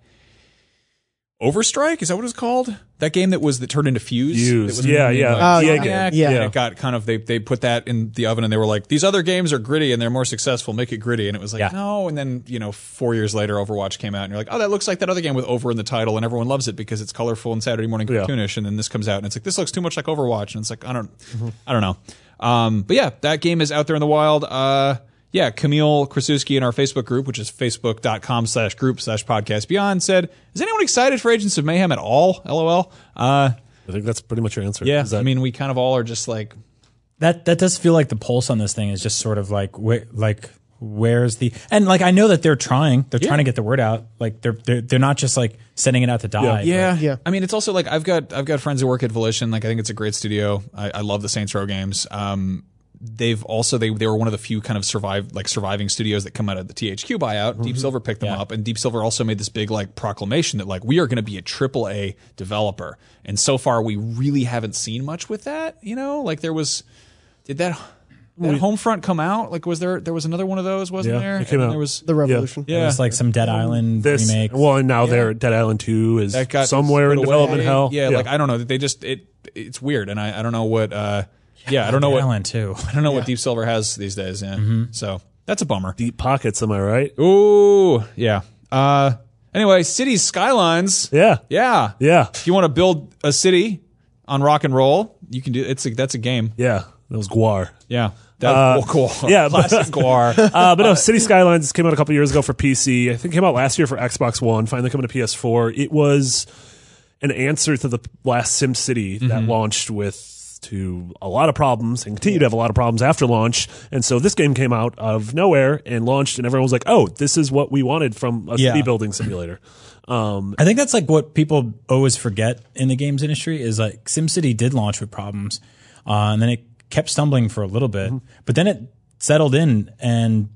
S2: Overstrike. Is that what it's called? That game that was that turned into Fuse.
S5: Fuse.
S2: That was
S5: Yeah,
S2: made
S5: yeah.
S2: by
S5: Oh,
S2: Zodiac,
S5: yeah.
S4: Yeah.
S2: and It got kind of they they put that in the oven and they were like these other games are gritty and they're more successful. Make it gritty. And it was like
S3: Yeah.
S2: no. And then you know four years later Overwatch came out and you're like oh that looks like that other game with over in the title and everyone loves it because it's colorful and Saturday morning
S5: Yeah.
S2: cartoonish. And then this comes out and it's like this looks too much like Overwatch and it's like I don't I don't know. Um, but yeah, that game is out there in the wild. Uh, yeah, Camille Krasuski in our Facebook group, which is facebook.com slash group slash podcast beyond, said, Is anyone excited for Agents of Mayhem at all? LOL. Uh,
S5: I think that's pretty much your answer.
S2: yeah,
S5: Is that-
S2: I mean, we kind of all are just like,
S3: That that does feel like the pulse on this thing is just sort of like where like where's the and like I know that they're trying. They're trying to get the word out. Like they're they're they're not just like sending it out to die. but-
S2: Yeah,
S4: Yeah.
S2: I mean, it's also like I've got I've got friends who work at Volition. Like I think it's a great studio. I, I love the Saints Row games. Um, they've also they they were one of the few kind of survive like surviving studios that come out of the THQ buyout.
S5: Mm-hmm.
S2: Deep Silver picked them up, and Deep Silver also made this big like proclamation that like we are going to be a triple A developer. And so far, we really haven't seen much with that. You know, like there was did that. Did Homefront come out? Like, was there there was another one of those, wasn't
S5: Yeah,
S2: there?
S5: it
S2: And
S5: came
S2: then
S5: out.
S2: There was
S4: The Revolution.
S2: yeah,
S3: It's like some Dead Island
S5: this
S3: remake.
S5: well, and now they're Dead Island Two is
S2: that got
S5: somewhere
S2: put
S5: in
S2: away.
S5: development hell.
S2: Yeah, like I don't know. They just it it's weird, and I, I don't know what uh yeah, I don't know what
S3: Alan too. (laughs)
S2: I don't know what Deep Silver has these days. Yeah, so that's a bummer.
S5: Deep pockets, am I right?
S2: Ooh, yeah. Uh, anyway, cities skylines.
S5: Yeah.
S2: yeah,
S5: Yeah.
S2: If you want to build a city on rock and roll, you can do. It's a, that's a game.
S5: Yeah. That was Guar.
S2: Yeah, that,
S5: Uh,
S2: oh, cool.
S5: (laughs) yeah, but-
S2: classic Guar.
S5: Uh,
S2: (laughs)
S5: but no, City Skylines came out a couple years ago for PC. I think it came out last year for Xbox One. Finally coming to PS4. It was an answer to the last Sim City that
S2: Mm-hmm.
S5: launched with to a lot of problems and continued to have a lot of problems after launch. And so this game came out of nowhere and launched, and everyone was like, "Oh, this is what we wanted from a
S3: Yeah.
S5: city building simulator." Um,
S3: I think that's like what people always forget in the games industry is like SimCity did launch with problems, uh, and then it kept stumbling for a little bit,
S5: Mm-hmm.
S3: but then it settled in and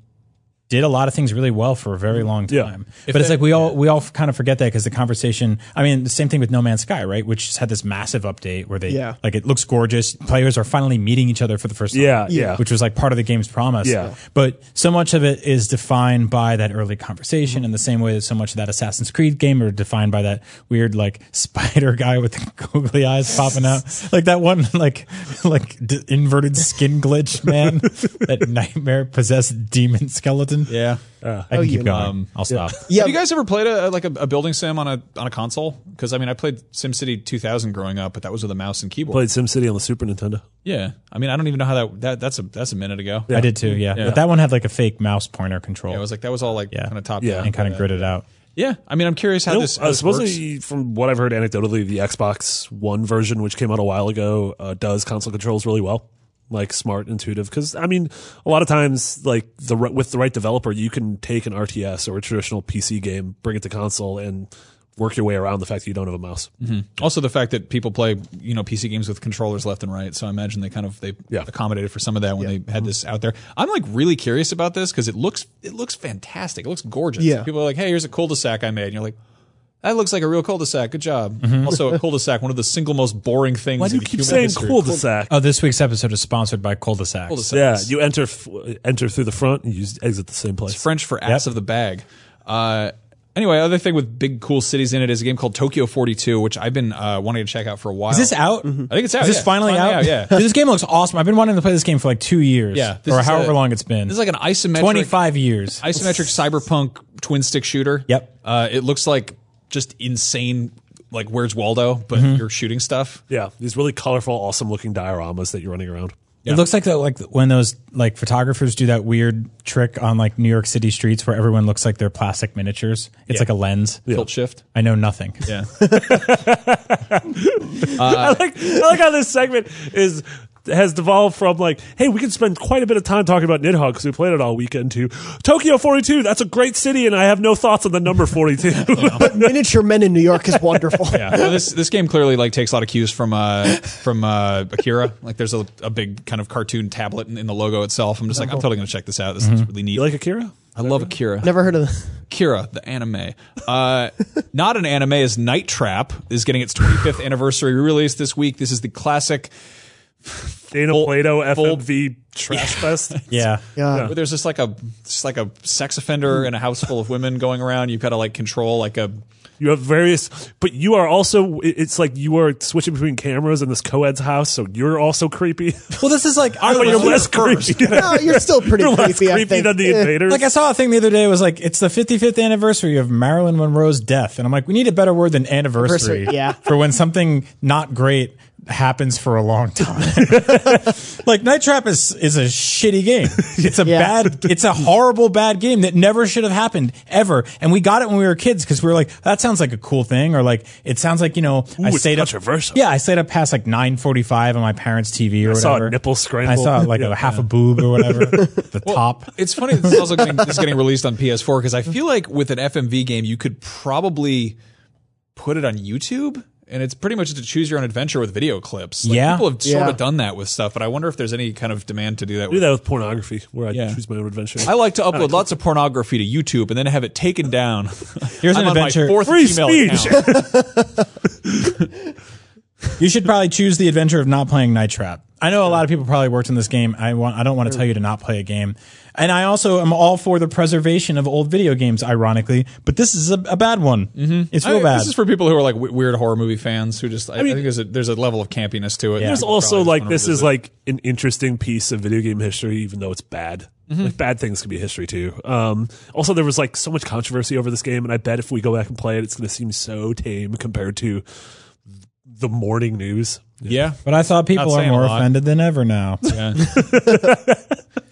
S3: did a lot of things really well for a very long
S5: Yeah.
S3: time. but it's like we all we all kind of forget that because the conversation. I mean, the same thing with No Man's Sky, right? Which just had this massive update where they
S4: Yeah.
S3: like it looks gorgeous. Players are finally meeting each other for the first time.
S5: Yeah, yeah.
S3: Which was like part of the game's promise.
S5: Yeah.
S3: But so much of it is defined by that early conversation in the same way that so much of that Assassin's Creed game are defined by that weird like (laughs) spider guy with the googly eyes popping out. Like that one (laughs) like like d- inverted skin glitch man, that nightmare possessed demon skeleton.
S2: yeah.
S3: I can
S4: Oh,
S3: keep
S4: you
S3: going.
S4: know.
S3: I'll stop.
S4: Yeah.
S2: Have you guys ever played a like a, a building sim on a on a console? Because I mean, I played SimCity 2000 growing up, but that was with a mouse and keyboard.
S5: played Sim City on the Super Nintendo.
S2: Yeah, I mean, I don't even know how that, that that's a that's a minute ago.
S3: I did too, yeah.
S2: Yeah.
S3: But that one had like a fake mouse pointer control
S2: I was like, that was all like
S3: Yeah.
S2: kind of top
S5: Yeah.
S2: down.
S3: and kind of gridded out.
S2: Yeah, I mean, I'm curious how
S5: No,
S2: this. How
S5: uh,
S2: this works.
S5: supposedly, from what I've heard anecdotally, the Xbox One version, which came out a while ago, uh, does console controls really well, like smart, intuitive. Because I mean, a lot of times, like the ri- with the right developer, you can take an RTS or a traditional PC game, bring it to console, and work your way around the fact that you don't have a mouse.
S2: Also, the fact that people play you know PC games with controllers left and right, so I imagine they kind of they
S5: Yeah. Mm-hmm.
S2: accommodated for some of that when they had this out there. I'm like really curious about this because it looks it looks fantastic. It looks gorgeous.
S4: Yeah.
S2: people are like, hey, here's a cul-de-sac I made, and you're like. That looks like a real cul-de-sac. Good job. Also, a cul-de-sac, one of the single most boring things.
S5: Mm-hmm. Why do
S2: in
S5: you keep
S2: human
S5: saying
S2: history.
S5: cul-de-sac?
S3: Oh, this week's episode is sponsored by Cul-de-sacs.
S2: Cul-de-sac.
S5: yeah, you enter f- enter through the front and you s- exit the same place.
S2: French for ass of the bag. Uh, anyway, other thing with big cool cities in it is a game called Tokyo 42, which I've been uh, wanting to check out for a while.
S3: Is this out?
S2: I think it's out.
S3: Is this
S2: Oh, yeah.
S3: finally, out?
S2: Yeah.
S3: Dude, (laughs) this game looks awesome. I've been wanting to play this game for like two years.
S2: Yeah, this
S3: Or
S2: is
S3: however
S2: a-
S3: long it's been.
S2: This is like an isometric (laughs)
S3: 25 years.
S2: isometric cyberpunk twin stick shooter.
S3: Yep.
S2: Uh, it looks like just insane, like Where's Waldo, but
S3: Mm-hmm.
S2: you're shooting stuff.
S5: Yeah, these really colorful, awesome-looking dioramas that you're running around.
S3: It looks like that, like when those like photographers do that weird trick on like New York City streets where everyone looks like they're plastic miniatures. It's like a lens.
S2: Tilt shift.
S3: I know nothing.
S2: Yeah.
S5: I like I like how this segment is has devolved from like, hey, we can spend quite a bit of time talking about Nidhogg because we played it all weekend to Tokyo 42. That's a great city, and I have no thoughts on the number 42.
S4: But miniature men in New York is wonderful.
S2: yeah. Well, this this game clearly like takes a lot of cues from uh from uh Akira. Like there's a, a big kind of cartoon tablet in, in the logo itself. I'm just
S3: Oh,
S2: like I'm totally gonna check this out. This
S3: Mm-hmm.
S2: is really neat.
S5: you like Akira?
S2: I love Akira.
S4: Never heard of the
S2: Akira, the anime. Uh, (laughs) not an anime is Night Trap is getting its 25th anniversary release this week. This is the classic
S5: Dana Plato
S2: full-
S5: FMV Trash Fest.
S3: Yeah.
S4: Yeah.
S2: But there's just like a just like a sex offender in a house full of women going around. You've got to like control like a
S5: You have various, but you are also. it- It's like you are switching between cameras in this co-ed's house, so you're also creepy.
S3: Well, (laughs) this
S2: (laughs)
S3: is like I
S5: but (laughs) you're less creepy.
S4: No, you're still
S5: (laughs)
S4: pretty
S5: You're less
S4: creepy. I
S5: creepy
S4: think.
S5: than the
S4: Eh.
S5: invaders.
S3: Like I saw a thing the other day it was like it's the 55th anniversary of Marilyn Monroe's death, and I'm like, we need a better word than anniversary,
S4: Anniversary, yeah.
S3: for when something not great happens for a long time. (laughs) like Night Trap is is a shitty game. It's a
S4: Yeah.
S3: bad, it's a horrible bad game that never should have happened ever. And we got it when we were kids because we were like, that sounds like a cool thing, or like it sounds like you know I
S5: it's
S3: stayed up.
S5: controversial.
S3: Yeah, I stayed up past like 9:45 on my parents' TV or
S5: I saw a
S3: whatever.
S5: nipple
S3: I
S5: scramble.
S3: saw like a half a boob
S5: (laughs)
S3: or whatever. the top.
S2: It's funny that this is also (laughs) getting, this is getting released on PS4 because I feel like with an FMV game, you could probably put it on YouTube. And it's pretty much just a choose your own adventure with video clips. Like,
S3: Yeah.
S2: People have sort
S4: Yeah.
S2: of done that with stuff, but I wonder if there's any kind of demand to do that
S5: do
S2: with.
S5: that with pornography, where I
S2: Yeah.
S5: choose my own adventure.
S2: I like to upload lots of pornography to YouTube and then have it
S5: (laughs)
S2: taken down.
S3: Here's
S2: I'm
S3: an
S2: on my
S3: adventure.
S2: fourth
S5: Free
S2: Gmail
S5: speech.
S2: account.
S3: You should probably choose the adventure of not playing Night Trap. I know a lot of people probably worked on this game. I want. I don't want to tell you to not play a game. And I also am all for the preservation of old video games, ironically, but this is a, a bad one. Mm-hmm. It's real
S2: I-
S3: bad.
S2: Oh, This is for people who are like w- weird horror movie fans who just. I, I
S5: mean-
S2: think there's a there's a level of campiness to it.
S5: There's also like this is like an interesting piece of video game history, even though it's bad.
S3: Mm-hmm.
S5: Like bad things can be history too. Um, also, there was like so much controversy over this game, and I bet if we go back and play it, it's going to seem so tame compared to the morning news.
S2: yeah.
S3: but I thought people
S2: Not
S3: are
S2: saying a
S3: more
S2: lot.
S3: offended than ever
S2: (laughs)
S3: now.
S5: (laughs)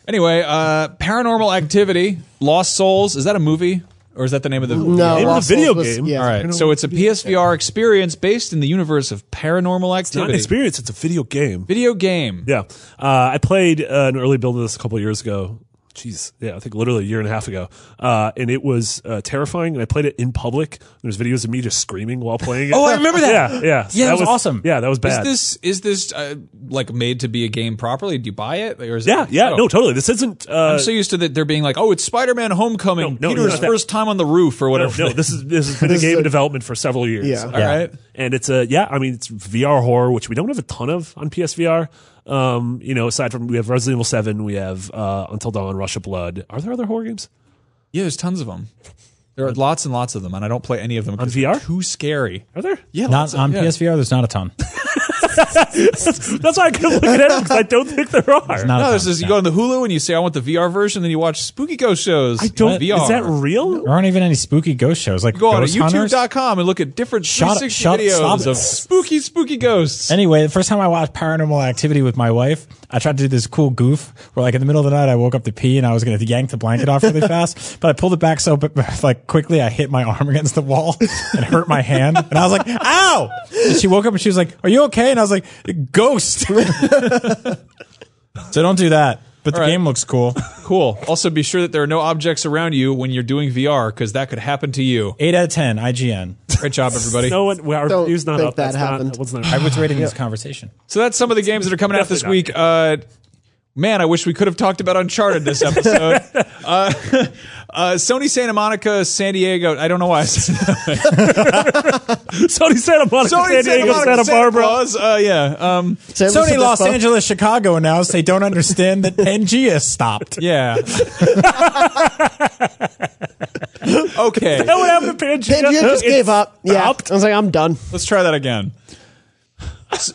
S2: Anyway, uh, Paranormal Activity, Lost Souls. Is that a movie or is that the name of the?
S4: No,
S5: Name of the
S4: Lost
S5: video
S4: Souls was-
S5: game?
S4: Yeah.
S2: All right. So it's a PSVR experience based in the universe of Paranormal
S5: It's not an
S2: Activity.
S5: experience; it's a video game.
S2: Video game.
S5: Yeah, uh, I played uh, an early build of this a couple of years ago. Jeez, yeah, I think literally a year and a half ago, uh, and it was uh, terrifying. And I played it in public. There's videos of me just screaming while playing it.
S3: Oh, I remember that.
S5: (laughs) Yeah, yeah, So
S3: Yeah, that was awesome.
S5: Yeah, that was
S2: Is
S5: bad.
S2: this is this uh, like made to be a game properly? Do you buy it? Or is
S5: yeah,
S2: it,
S5: yeah,
S2: Oh.
S5: no, totally. This isn't. Uh,
S2: I'm so used to that there being like, oh, it's Spider-Man: Homecoming,
S5: No, no,
S2: Peter's
S5: not that.
S2: first time on the roof or
S5: no,
S2: whatever.
S5: no, this is this has been a game in development for several years.
S4: Yeah.
S2: (laughs) All right.
S5: and it's a yeah. I mean, it's VR horror, which we don't have a ton of on PSVR. Um, you know, aside from we have Resident Evil Seven, we have uh, Until Dawn, Rush of Blood. Are there other horror games?
S2: Yeah, there's tons of them. There are lots and lots of them, and I don't play any of them because
S5: VR?
S2: they're too scary.
S5: Are there?
S2: Yeah,
S3: Not on PSVR. There's not a ton.
S5: (laughs) That's why I couldn't look at it because I don't think there are.
S3: Not a
S2: No,
S3: ton.
S2: this is you go on the Hulu and you say I want the VR version, then you watch spooky ghost shows. I
S5: Don't-
S2: VR.
S5: Is that real?
S3: There aren't even any spooky ghost shows like
S2: Go on to
S3: Ghost Hunters.
S2: YouTube.com and look at different
S3: Shut up,
S2: 360
S3: shut up, stop
S2: videos
S3: it.
S2: of spooky, spooky ghosts.
S3: Anyway, the first time I watched Paranormal Activity with my wife, I tried to do this cool goof where, like, in the middle of the night, I woke up to pee and I was going to yank the blanket off really fast, but I pulled it back so b- like quickly, I hit my arm against the wall and hurt my hand, and I was like, "Ow!" And she woke up and she was like, "Are you okay?" And I was like, "Ghost." (laughs) so don't do that. But the
S2: All right.
S3: game looks cool.
S2: Cool. Also, be sure that there are no objects around you when you're doing VR because that could happen to you.
S3: Eight out of ten. IGN.
S2: Great job, everybody.
S5: No one. Well, our
S4: Don't
S5: review's not
S4: think
S5: up.
S4: that
S5: That's not-
S4: happened.
S5: that one's not-
S3: I was rating this conversation.
S2: So that's some of the games that are coming out this
S5: Definitely
S2: week. Uh, man, I wish we could have talked about Uncharted
S5: (laughs)
S2: this episode. uh, (laughs) uh, Sony Santa Monica, San Diego. I don't know why. I said that.
S5: (laughs) Sony Santa Monica, San Diego, Santa, Barbara.
S2: Claus, uh, yeah, um,
S4: So it was
S3: Sony
S4: a
S3: Los
S4: dispo-
S3: Angeles, Chicago announced they don't understand that NG has stopped.
S5: (laughs)
S2: yeah. (laughs) okay,
S5: That would happen to Pangea.
S4: Pangea just
S5: It (laughs)
S4: gave up. Yeah,
S5: stopped.
S4: I was like, I'm done.
S2: let's try that again. S-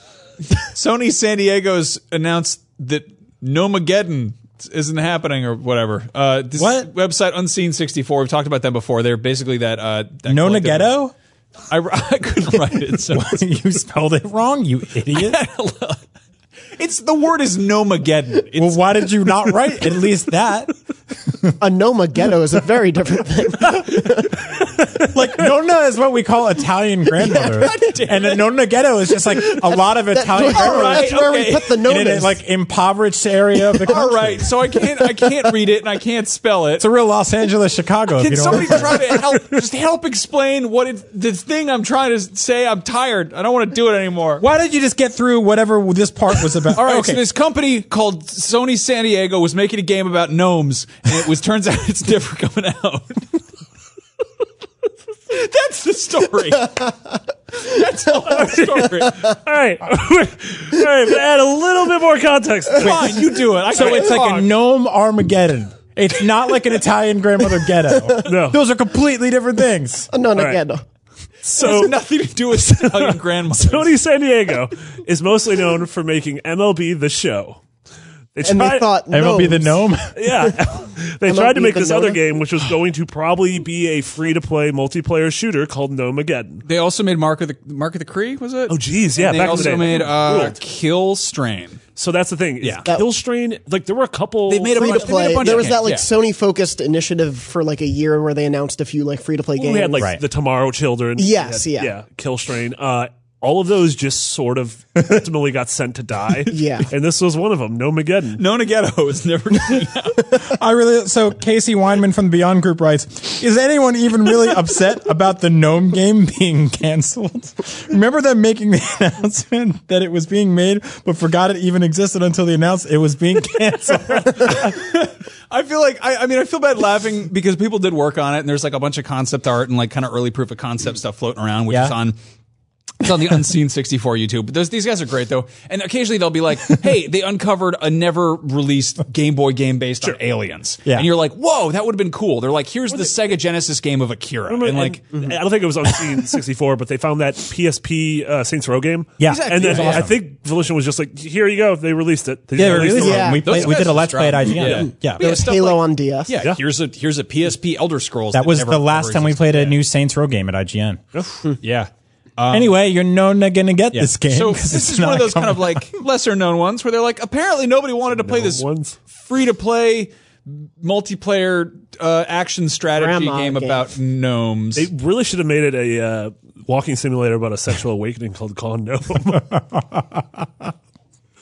S2: Sony San Diego's announced that Nomageddon isn't happening or whatever. Uh, this
S3: What?
S2: website Unseen sixty four? We've talked about them before. They're basically that. Uh, that
S3: No
S2: collective-
S3: Nageto?
S2: I, (laughs) I couldn't write it. So
S3: (laughs) you spelled it wrong, you idiot.
S2: it's the word is Nomageddon. (laughs) It's,
S3: well, why did you not write at
S2: (laughs)
S3: least that?
S4: A Noma ghetto is a very different thing.
S3: Like Nona is what we
S2: (laughs)
S3: call Italian grandmother, and a Nona ghetto is just like a lot of
S2: (laughs)
S3: Italian grandmothers
S4: That's where we
S2: okay.
S4: put the
S3: in an
S4: Nomas.
S3: like impoverished area of the
S2: (laughs)
S3: country.
S2: all right, so I can't I can't read it and I can't spell it.
S3: It's a real Los Angeles, Chicago. if
S2: Can
S3: you
S2: somebody
S3: don't
S2: try to help? Just help explain what it, the thing I'm trying to say. I'm tired. I don't want to do it anymore.
S3: why don't you just get through whatever this part was about?
S2: All right, so this company called Sony San Diego was making a game about gnomes, and it was turns out (laughs) it's never coming out. (laughs) That's the story. That's the whole story.
S5: All (laughs) right, all right. But add a little bit more context.
S2: Fine, you do it. I
S3: so it's like a gnome Armageddon. It's not like an Italian grandmother
S2: (laughs)
S3: ghetto.
S5: No.
S3: Those are completely different things.
S4: A Nona
S5: All right.
S4: ghetto. (laughs)
S2: so nothing to do with Italian grandmother.
S5: Sony San Diego is mostly known for making MLB the show. They
S4: And
S5: tried-
S4: they thought, no,
S3: MLB the (laughs) gnome.
S5: (laughs)
S4: (laughs)
S5: yeah, they tried to
S4: MLB
S5: make
S4: the
S5: this other
S4: Nona?
S5: game, which was going to probably be a free-to-play multiplayer shooter called Nomageddon.
S2: They also made Mark of the Mark of the Cree. Was it?
S5: Oh, geez, yeah,
S2: And they
S5: back in the
S2: also
S5: day.
S2: made uh,
S5: Ruled.
S2: Kill Strain.
S5: So that's the thing. Yeah,
S4: That-
S5: Kill Strain. Like there were a couple.
S2: They made a
S4: free to
S2: bunch. They made a
S4: play.
S2: bunch
S4: There
S2: of
S4: was that like
S2: games. Yeah.
S4: Sony focused initiative for like a year where they announced a few like free to play games.
S5: We had like
S3: Right.
S5: the Tomorrow Children.
S4: Yes,
S5: We had-
S4: yeah.
S5: yeah. Kill Strain. Uh, all of those just sort of (laughs) ultimately got sent to die.
S4: (laughs) Yeah.
S5: and this was one of them. No Mageddon.
S2: Nona Ghetto is never.
S3: I really so Casey Weinman from the Beyond Group writes, is anyone even really upset about the gnome game being canceled? Remember them making the (laughs) announcement that it was being made, but forgot it even existed until they announced it was being canceled.
S2: I feel like I, I mean I feel bad
S3: (laughs)
S2: laughing because people did work on it and there's like a bunch of concept art and like kind of early proof of concept stuff floating around, which
S3: Yeah.
S2: is on It's on the Unseen 64 YouTube. But those, these guys are great though. And occasionally they'll be
S3: (laughs)
S2: like, hey, they uncovered a never released Game Boy game based on aliens.
S3: Yeah.
S2: And you're like, whoa, that would have been cool. They're like, here's the Sega Genesis game of Akira.
S5: remember-
S2: and like,
S5: and I don't think it was on Scene (laughs) 64, but they found that PSP uh, Saints Row game.
S3: Yeah. Exactly.
S5: and then
S3: It was awesome.
S5: I think Volition was just like, "Here you go." They released it. They
S3: (laughs) Yeah,
S5: just
S3: we
S5: released the
S3: released it.
S5: ROM.
S4: Yeah.
S3: We, played, we
S2: guys
S3: did a
S2: are
S3: Let's Play at
S2: strong.
S3: IGN. Yeah.
S2: Yeah.
S4: There was
S2: stuff
S4: Halo
S2: like-
S4: on DS.
S2: yeah,
S5: Yeah.
S2: here's a here's a PSP Elder Scrolls.
S3: That was
S2: never-
S3: the
S2: never
S3: last time we
S2: existed.
S3: played a new Saints Row game at IGN.
S2: (laughs) Yeah.
S3: anyway, you're no not gonna get (laughs) this game.
S2: So
S3: 'cause
S2: this
S3: it's
S2: is one
S3: not
S2: of those kind of
S3: coming.
S2: like
S3: (laughs)
S2: lesser known ones where they're like, apparently nobody wanted to play this
S5: ones.
S2: free to play multiplayer uh, action strategy
S4: Grandma
S2: game
S4: game.
S2: about gnomes.
S5: They really should have made it a uh, walking simulator about a sexual awakening called Con Gnome.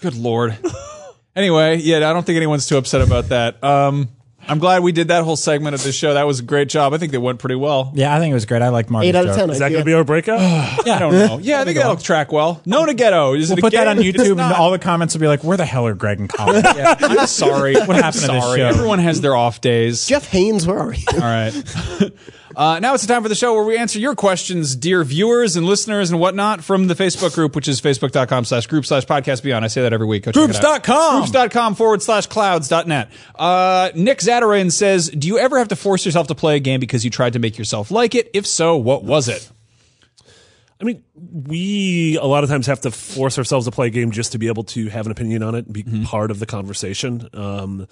S2: Good lord. (laughs) anyway, yeah, I don't think anyone's too upset about that. Um, I'm glad we did that whole segment of the show. That was a great job. I think they went pretty well.
S3: yeah, I think it was great. I liked Marvel.
S4: Eight out of ten.
S5: (laughs) Is that going to be our breakup?
S3: Yeah,
S2: I don't
S3: (laughs)
S2: know. Yeah, I think that'll track well. Nona Ghetto. Is
S3: We'll
S2: it a
S3: put that on
S2: game? It's
S3: YouTube, and
S2: not.
S3: all the comments will be like, "Where the hell are Greg and Colin?"
S2: (laughs) I'm sorry. What
S3: happened to this show?
S2: Everyone has their off days.
S4: Jeff Haynes, where are you?
S2: All right. (laughs) Uh, now it's the time for the show where we answer your questions, dear viewers and listeners and whatnot, from the Facebook group, which is facebook.com slash group slash podcast beyond. I say that every week. Go check it out.
S3: Groups.com.
S2: Groups.com forward slash clouds dot net. Uh, Nick Zadarin says, Do you ever have to force yourself to play a game because you tried to make yourself like it? If so, what was it?
S5: I mean, we a lot of times have to force ourselves to play a game just to be able to have an opinion on it and be
S3: Mm-hmm.
S5: part of the conversation. Um,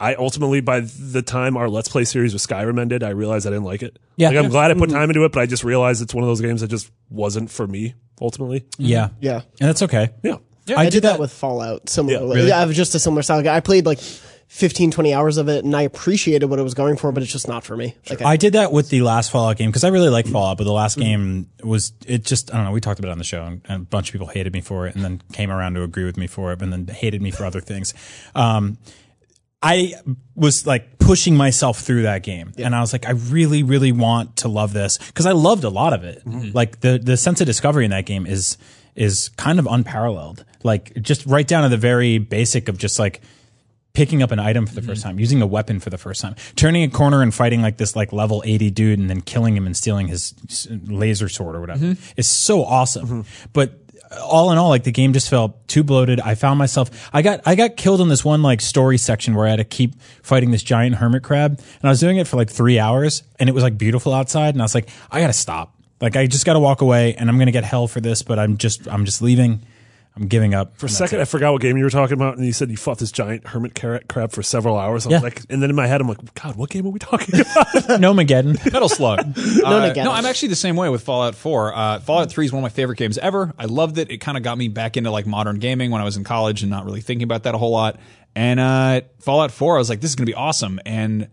S5: I ultimately, by the time our Let's Play series with Skyrim ended, I realized I didn't like it.
S3: Yeah. Mm-hmm.
S5: Like, I'm glad I put time into it, but I just realized it's one of those games that just wasn't for me ultimately.
S3: yeah,
S4: Mm-hmm. Yeah.
S3: and that's okay.
S5: Yeah.
S3: I,
S4: I did that with Fallout similarly.
S5: Yeah,
S4: Yeah,
S5: really?
S4: I was just a similar style guy. I played like 15, 20 hours of it and I appreciated what it was going for, but it's just not for me. Like I,
S3: I did that with the last Fallout game because I really like Fallout, but the
S4: Mm-hmm.
S3: last game was it just I don't know. We talked about it on the show, and, and a bunch of people hated me for it, and then came around to agree with me for it, and then hated me for other things. Um, I was like pushing myself through that game, and I was like, I really, really want to love this because I loved a lot of it.
S4: Mm-hmm.
S3: Like the the sense of discovery in that game is is kind of unparalleled. Like just right down to the very basic of just like picking up an item for the first time, using a weapon for the first time, turning a corner and fighting like this like level 80 dude and then killing him and stealing his s- laser sword or whatever. It's so awesome. But uh, all in all, like the game just felt too bloated. I found myself, I got, I got killed in this one like story section where I had to keep fighting this giant hermit crab and I was doing it for like three hours and it was like beautiful outside. And I was like, I got to stop. Like I just got to walk away and I'm going to get hell for this, but I'm just, I'm just leaving. I'm giving up.
S5: For a second, I forgot what game you were talking about, and you said you fought this giant hermit carrot crab for several hours. I was
S3: Yeah.
S5: like, and then in my head, I'm like, God, what game are we talking (laughs) about?
S3: no
S2: (laughs)
S3: Mageddon.
S2: Metal Slug.
S4: no,
S2: Uh,
S4: get
S2: no,
S4: it.
S2: I'm actually the same way with Fallout 4. Uh, Fallout 3 is one of my favorite games ever. I loved it. It kind of got me back into like modern gaming when I was in college and not really thinking about that a whole lot. And uh, Fallout 4, I was like, this is gonna be awesome. And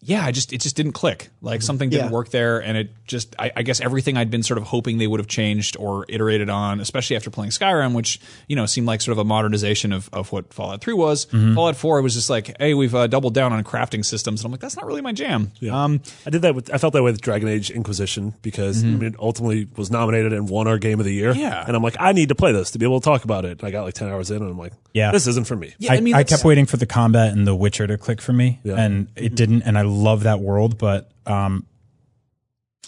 S2: yeah, I just it just didn't click. Like something didn't
S4: Yeah.
S2: work there, and it just I, I guess everything I'd been sort of hoping they would have changed or iterated on, especially after playing Skyrim, which you know seemed like sort of a modernization of, of what Fallout Three was. Fallout Four was just like, hey, we've uh, doubled down on crafting systems, and I'm like, that's not really my jam. Um,
S5: I did that with, I felt that way with Dragon Age Inquisition because
S3: Mm-hmm.
S5: I mean, it ultimately was nominated and won our game of the year.
S2: Yeah.
S5: And I'm like, I need to play this to be able to talk about it. And I got like 10 hours in, and I'm like,
S3: Yeah.
S5: this isn't for me.
S2: yeah,
S3: I,
S2: I mean,
S3: I
S2: that's-
S3: kept waiting for the combat and The Witcher to click for me, and it didn't. And I love that world, but um,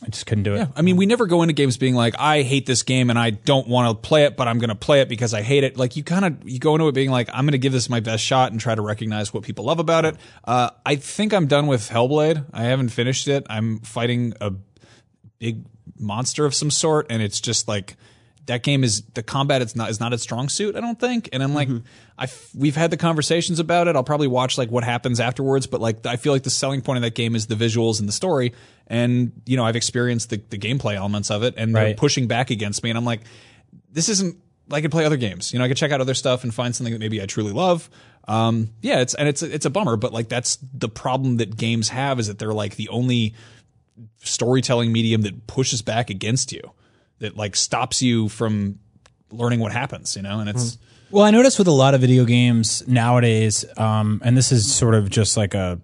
S3: I just couldn't do it.
S2: I mean, we never go into games being like, I hate this game and I don't want to play it, but I'm going to play it because I hate it. Like you kind of you go into it being like, I'm going to give this my best shot and try to recognize what people love about it. Uh, I think I'm done with Hellblade. I haven't finished it. I'm fighting a big monster of some sort, and it's just like that game is the combat it's not is not its strong suit i don't think and i'm like i f- we've had the conversations about it i'll probably watch like what happens afterwards but like i feel like the selling point of that game is the visuals and the story and you know i've experienced the, the gameplay elements of it and they're
S3: Right.
S2: pushing back against me and i'm like this isn't i could play other games you know i could check out other stuff and find something that maybe i truly love um yeah it's and it's it's a bummer but like that's the problem that games have is that they're like the only storytelling medium that pushes back against you, that like stops you from learning what happens, you know? And it's
S3: Well, I notice with a lot of video games nowadays, um, and this is sort of just like a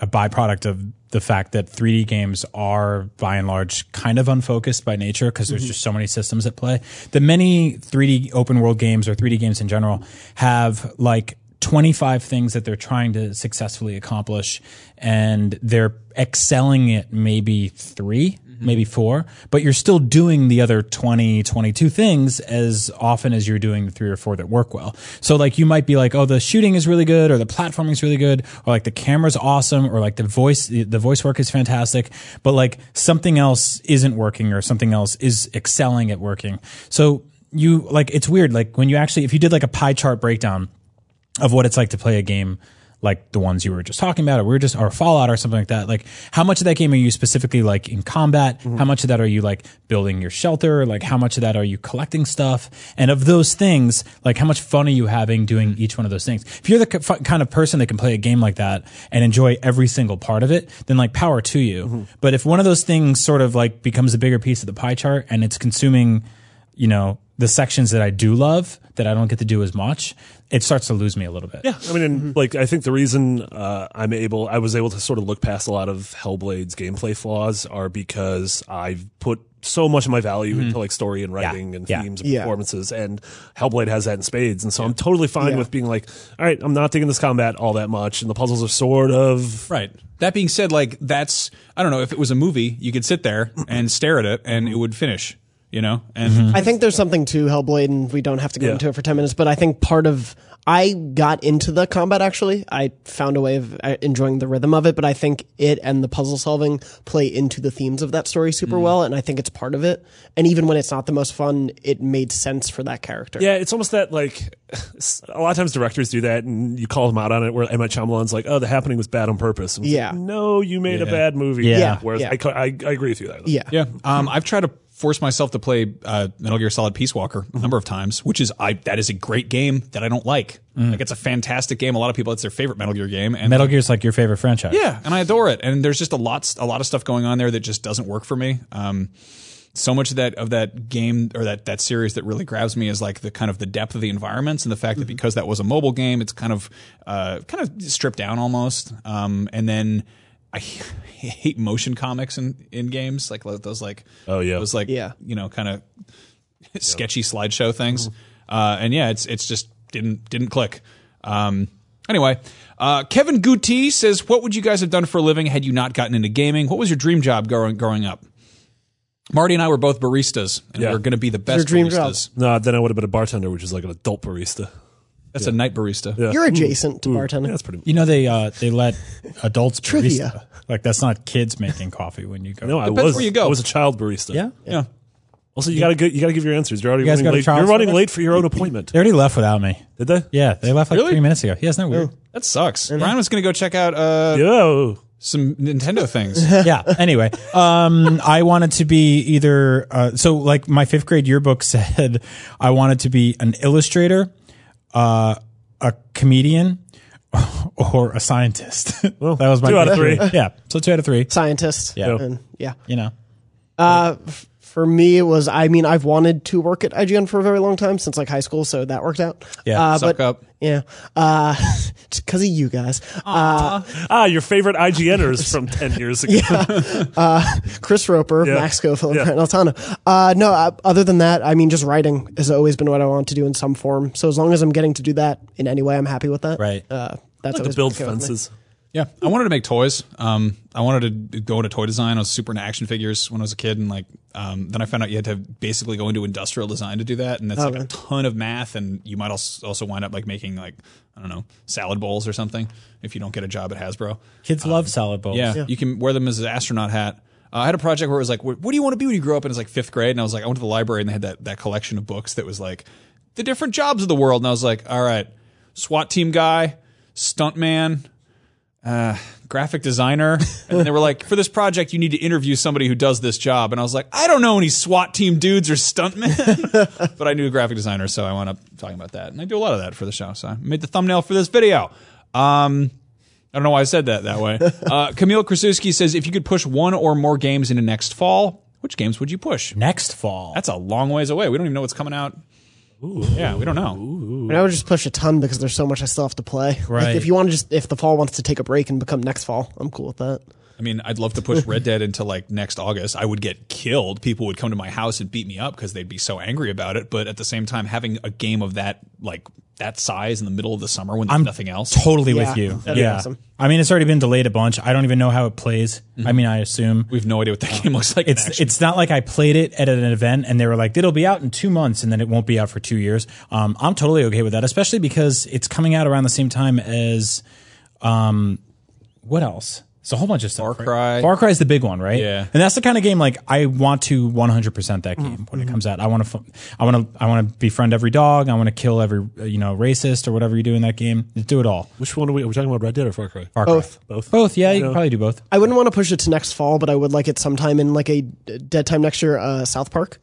S3: a byproduct of the fact that 3D games are by and large kind of unfocused by nature because there's just so many systems at play. The many 3D open world games or 3D games in general have like 25 things that they're trying to successfully accomplish and they're excelling at maybe 3 Mm-hmm. maybe four, but you're still doing the other 20, 22 things as often as you're doing the three or four that work well. So like you might be like, oh, the shooting is really good or the platforming is really good or like the camera's awesome or like the voice, the voice work is fantastic, but like something else isn't working or something else is excelling at working. So you like, it's weird. Like when you actually, if you did like a pie chart breakdown, of what it's like to play a game like the ones you were just talking about, or we were just, or Fallout or something like that. Like, how much of that game are you specifically like in combat? How much of that are you like building your shelter? Like, how much of that are you collecting stuff? And of those things, like, how much fun are you having doing each one of those things? If you're the k- fu- kind of person that can play a game like that and enjoy every single part of it, then like power to you. But if one of those things sort of like becomes a bigger piece of the pie chart and it's consuming, you know, the sections that I do love that I don't get to do as much, it starts to lose me a little bit.
S5: Yeah, I mean,
S3: Mm-hmm.
S5: and, like I think the reason uh, I'm able, I was able to sort of look past a lot of Hellblade's gameplay flaws are because I've put so much of my value into like story and writing and
S3: Mm-hmm. yeah,
S5: themes and
S4: yeah.
S5: performances, and Hellblade has that in spades, and so I'm totally fine with being like, all right, I'm not digging this combat all that much, and the puzzles are sort of
S2: Right. That being said, like that's I don't know if it was a movie, you could sit there and stare at it and it would finish, you know? And
S4: I think there's something to Hellblade, and we don't have to go
S5: Yeah.
S4: into it for 10 minutes, but I think part of. I got into the combat actually. I found a way of uh, enjoying the rhythm of it, but I think it and the puzzle solving play into the themes of that story super well, and I think it's part of it. And even when it's not the most fun, it made sense for that character.
S5: Yeah, it's almost that like s- a lot of times directors do that, and you call them out on it. Where Emma Chamberlain's like, "Oh, the happening was bad on purpose." And it's
S4: Yeah.
S5: like, no, you made a bad movie.
S3: Yeah. Yeah.
S5: whereas
S4: Yeah.
S5: I, co- I I agree with you there. though.
S4: Yeah.
S2: yeah. Um I've tried to force myself to play uh, Metal Gear Solid Peace Walker a number of times, which is I that is a great game that I don't like. Like it's a fantastic game. A lot of people it's their favorite Metal Gear game and
S3: Metal Gear's like your favorite franchise.
S2: Yeah, and I adore it. And there's just a lot, a lot of stuff going on there that just doesn't work for me. Um, so much of that of that game or that that series that really grabs me is like the kind of the depth of the environments and the fact that
S5: Mm-hmm.
S2: because that was a mobile game, it's kind of uh, kind of stripped down almost. Um, and then I (laughs) hate motion comics in in games like lo- those like
S5: Oh, yeah.
S2: those like
S4: Yeah.
S2: you know kind of sketchy slideshow things. Uh, and yeah, it's it's just didn't didn't click. Um, anyway, uh, Kevin Guti says, "What would you guys have done for a living had you not gotten into gaming? What was your dream job growing growing up?" Marty and I were both baristas, and
S5: Yeah.
S2: we are going to be the best
S4: dream job?
S2: baristas.
S5: No, then I would have been a bartender, which is like an adult barista. Hmm.
S2: That's a night barista.
S4: You're adjacent to bartender.
S5: Yeah, that's pretty.
S3: You know they uh, they let adults
S4: Trivia.
S3: barista. Like that's not kids making coffee when you go.
S5: No, I
S2: Depends
S5: was.
S2: where you go.
S5: I was a child barista.
S3: yeah.
S2: Yeah.
S5: Also, you gotta go, you gotta give your answers. You're already
S3: guys
S5: running
S3: got a
S5: late.
S3: child
S5: You're running
S3: service?
S5: late for your own appointment.
S3: They already left without me.
S5: Did they?
S3: Yeah, they left like
S2: Really?
S3: three minutes ago. Yeah, isn't that weird?
S2: that sucks. Brian was going to go check out uh,
S5: Yo.
S2: some Nintendo
S4: (laughs)
S2: things.
S3: yeah. Anyway, um, I wanted to be either uh, so like my fifth grade yearbook (laughs) said I wanted to be an illustrator, uh, a comedian, (laughs) or a scientist.
S5: Well,
S3: that was my
S5: two out of
S3: fifth
S5: three.
S3: grade. Yeah, so two out of three.
S4: Scientist.
S3: Yeah.
S4: And, yeah.
S3: You know,
S4: Uh, f- for me, it was, I mean, I've wanted to work at IGN for a very long time since like high school, so that worked out.
S3: Yeah,
S4: Uh,
S2: Suck
S4: but,
S2: up.
S4: Yeah. Uh, (laughs) because of you guys. Uh,
S5: Ah, your favorite IGNers from ten years
S4: (laughs)
S5: ago.
S4: Chris Roper,
S5: Yeah.
S4: Max Schofield,
S5: Yeah.
S4: and Brent Altano. Uh, no, uh, other than that, I mean, just writing has always been what I want to do in some form. So as long as I'm getting to do that in any way, I'm happy with that.
S3: Right.
S4: Uh, that's
S5: to
S4: always
S5: build
S4: been okay with me.
S5: fences.
S2: Yeah, I wanted to make toys. Um, I wanted to go into toy design. I was super into action figures when I was a kid, and like, um, then I found out you had to basically go into industrial design to do that, and that's like a
S4: really?
S2: ton of math, and you might also also wind up like making like I don't know salad bowls or something if you don't get a job at Hasbro.
S3: kids love salad bowls.
S2: Yeah, you can wear them as an astronaut hat. Uh, I had a project where it was like, what, what do you want to be when you grow up? And it's like fifth grade. And I was like, I went to the library and they had that, that collection of books that was like the different jobs of the world. And I was like, all right, SWAT team guy, stuntman, uh, graphic designer. (laughs) And then they were like, for this project, you need to interview somebody who does this job. And I was like, I don't know any SWAT team dudes or stuntmen, (laughs) but I knew a graphic designer. So I wound up talking about that. And I do a lot of that for the show. So I made the thumbnail for this video. Um, I don't know why I said that that
S3: (laughs)
S2: way. Uh, Camille Krasuski says, if you could push one or more games into next fall, which games would you push?
S3: Next fall.
S2: That's a long ways away. We don't even know what's coming out. Yeah, we don't know.
S4: And I would just push a ton because there's so much I still have to play.
S3: Right.
S4: Like if you want to just, if the fall wants to take a break and become next fall, I'm cool with that.
S2: I mean, I'd love to push Red Dead into like next August. I would get killed. People would come to my house and beat me up because they'd be so angry about it. But at the same time, having a game of that like that size in the middle of the summer when there's nothing else.
S3: Totally with
S4: Yeah,
S3: you.
S4: that'd be
S3: yeah.
S4: awesome.
S3: I mean, it's already been delayed a bunch. I don't even know how it plays. I
S5: Mm-hmm.
S3: mean, I assume
S2: we have no idea what that game looks like. in
S3: it's
S2: action.
S3: it's not like I played it at an event and they were like, it'll be out in two months and then it won't be out for two years. Um, I'm totally okay with that, especially because it's coming out around the same time as, um, what else? It's a whole bunch of stuff. Far
S2: Cry.
S3: Far Cry is the big one, right?
S2: Yeah.
S3: And that's the kind of game like I want to 100% that game when it comes out. I want to, I want to, I want to befriend every dog. I want to kill every uh, you know racist or whatever you do in that game. Just do it all.
S5: Which one are we? Are we talking about Red Dead or Far Cry?
S3: Far Cry.
S4: Both.
S5: Both.
S3: Both. Yeah, you
S5: No.
S3: can probably do both.
S4: I wouldn't want to push it to next fall, but I would like it sometime in like a d- dead time next year, uh, South Park.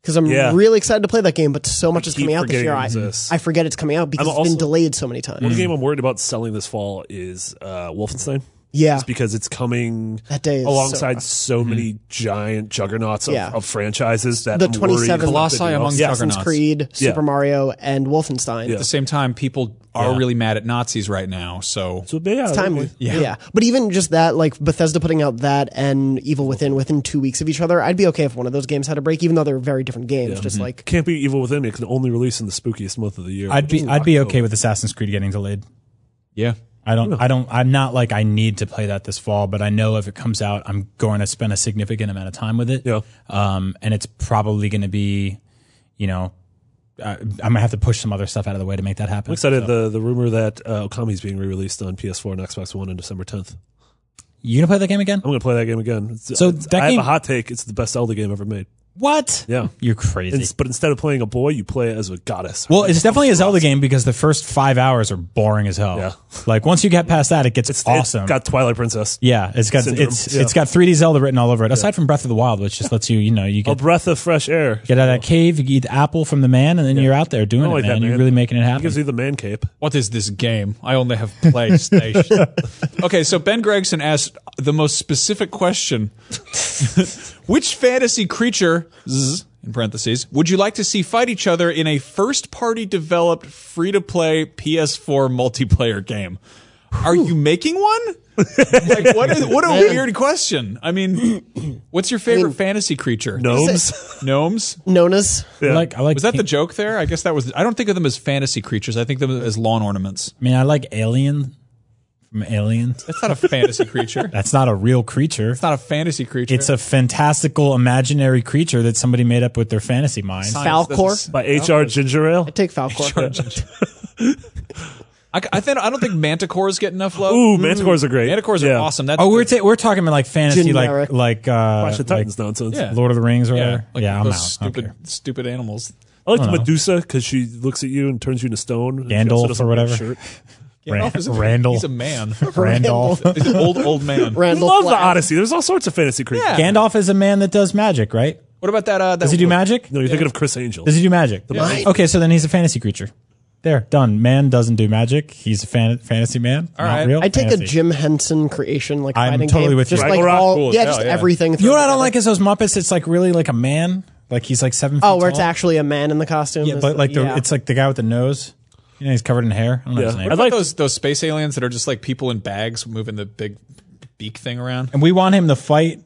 S4: Because I'm
S5: Yeah.
S4: really excited to play that game, but so much is
S5: keep
S4: coming out this
S5: forgetting
S4: year.
S5: it
S4: I,
S5: exists.
S4: I forget it's coming out because
S5: I'm
S4: it's been
S5: also-
S4: delayed so many times.
S5: One game I'm worried about selling this fall is uh, Wolfenstein.
S4: Yeah.
S5: Just because it's coming
S4: That day is so
S5: alongside
S4: rough.
S5: so,
S3: Mm-hmm.
S5: many giant juggernauts of,
S4: Yeah.
S5: of franchises that
S4: The
S5: I'm worried
S4: 27
S5: about picking
S2: Colossi
S5: up.
S2: among
S5: yeah.
S2: juggernauts.
S4: Assassin's Creed,
S5: Yeah.
S4: Super Mario, and Wolfenstein.
S5: Yeah.
S2: at the same time, people are really mad at Nazis right now. So
S5: So, yeah,
S4: It's timely.
S5: maybe.
S4: Yeah. But even just that, like Bethesda putting out that and Evil Within within two weeks of each other, I'd be okay if one of those games had a break, even though they're very different games. Just like,
S5: Can't be evil within. It can only release in the spookiest month of the year.
S3: I'd
S5: which is
S3: be I'd be
S5: October.
S3: okay with Assassin's Creed getting delayed.
S2: yeah,
S3: I don't I don't I'm not like I need to play that this fall, but I know if it comes out, I'm going to spend a significant amount of time with it.
S5: Yeah.
S3: Um, and it's probably going to be, you know, uh, I'm gonna have to push some other stuff out of the way to make that happen.
S5: I'm excited. The the rumor that uh, Okami's being re released on PS4 and Xbox One on December 10th.
S3: You gonna play that game again?
S5: I'm going to play that game again. It's-
S3: So
S5: it's-
S3: that
S5: I
S3: game-
S5: have a hot take. It's the best Zelda game ever made.
S3: What?
S5: Yeah.
S3: You're crazy.
S5: It's- but instead of playing a boy, you play as a goddess.
S3: well, it's definitely a Zelda game because the first five hours are boring as hell.
S5: Yeah.
S3: Like once you get past that, it gets
S5: It's-
S3: awesome.
S5: It's got Twilight Princess.
S3: yeah, it's got
S5: Syndrome.
S3: it's
S5: Yeah.
S3: it's got 3D Zelda written all over it. Aside from Breath of the Wild, which just lets you, you know, you
S5: A
S3: get
S5: breath of fresh air.
S3: Get out of that cave, you eat the apple from the man, and then you're out there doing
S5: I
S3: it,
S5: like
S3: man.
S5: that, man.
S3: You're really making it
S5: It gives
S3: happen.
S5: you the man
S3: (laughs)
S5: cape.
S2: what is this game? I only have PlayStation. okay, so Ben Gregson asked the most specific question: (laughs) Which fantasy creature, zzz, in parentheses, would you like to see fight each other in a first-party developed, free-to-play PS4 multiplayer game? Are you making one? like what? Is, what a weird question. I mean, what's your favorite fantasy creature?
S5: Gnomes.
S2: Gnomes?
S4: Nonas.
S3: I like, I like.
S2: Was that the
S3: king-
S2: joke there? I guess that was. I don't think of them as fantasy creatures. I think of them as lawn ornaments.
S3: I mean, I like alien from Alien.
S2: That's not a fantasy creature.
S3: (laughs)
S2: It's
S3: That's not a real creature.
S2: not a fantasy creature.
S3: It's a fantastical imaginary creature that somebody made up with their fantasy mind.
S2: Science doesn't
S4: Falcor?
S2: s-
S5: By
S3: Oh.
S5: HR Ginger Ale. (laughs)
S4: Take Falcor.
S3: (laughs)
S2: I, I think I don't think manticores get enough love.
S5: Ooh, manticores are great.
S2: manticores
S5: Yeah.
S2: are awesome. That's
S3: Oh, we're ta- we're talking about like fantasy,
S4: Generic.
S3: like like uh,
S5: Clash of
S3: like
S5: Titans nonsense.
S2: Yeah.
S3: Lord of the Rings or
S2: yeah,
S3: whatever.
S2: like
S3: yeah, I'm
S2: those
S3: out.
S2: Stupid,
S3: Okay.
S2: stupid animals.
S5: I liked Medusa because she looks at you and turns you into stone. and she
S3: Gandalf
S5: also doesn't
S3: or
S5: wear a
S3: whatever. (laughs)
S5: shirt.
S2: Gandalf
S3: Ran-
S2: is a-
S3: Randall.
S2: He's a man. (laughs)
S3: Randolph.
S2: He's an old old man.
S5: I
S4: Randall.
S5: love the
S4: Flagg.
S5: Odyssey. There's all sorts of fantasy creatures.
S2: Yeah.
S3: Gandalf is a man that does magic, right?
S2: What about that? Uh, that
S3: Does he do magic?
S5: No, you're thinking of Chris Angel.
S3: Does he do magic?
S4: Right.
S3: Okay, so then he's a fantasy creature. There, done. Man doesn't do magic. He's a fan- fantasy man. All
S2: right.
S3: real.
S4: I take
S3: fantasy.
S4: a Jim Henson creation, like
S3: I'm
S4: fighting
S3: totally
S4: game.
S3: with you.
S4: just like
S5: Ragnarok?
S4: all,
S2: Cool as
S4: yeah,
S2: hell,
S4: just
S2: yeah.
S4: everything.
S3: You know
S4: thrown
S3: what I don't
S4: together.
S3: like is those Muppets. It's like really like a man. Like he's like seven.
S4: Oh,
S3: feet
S4: where it's
S3: tall.
S4: actually a man in the costume.
S3: Yeah,
S4: is
S3: but
S4: the-
S3: like the,
S4: yeah.
S3: it's like the guy with the nose. You know, he's covered in hair. I don't know his
S5: Yeah.
S3: name.
S5: I'd
S2: Like
S5: like
S2: those those space aliens that are just like people in bags moving the big beak thing around.
S3: and we want him to fight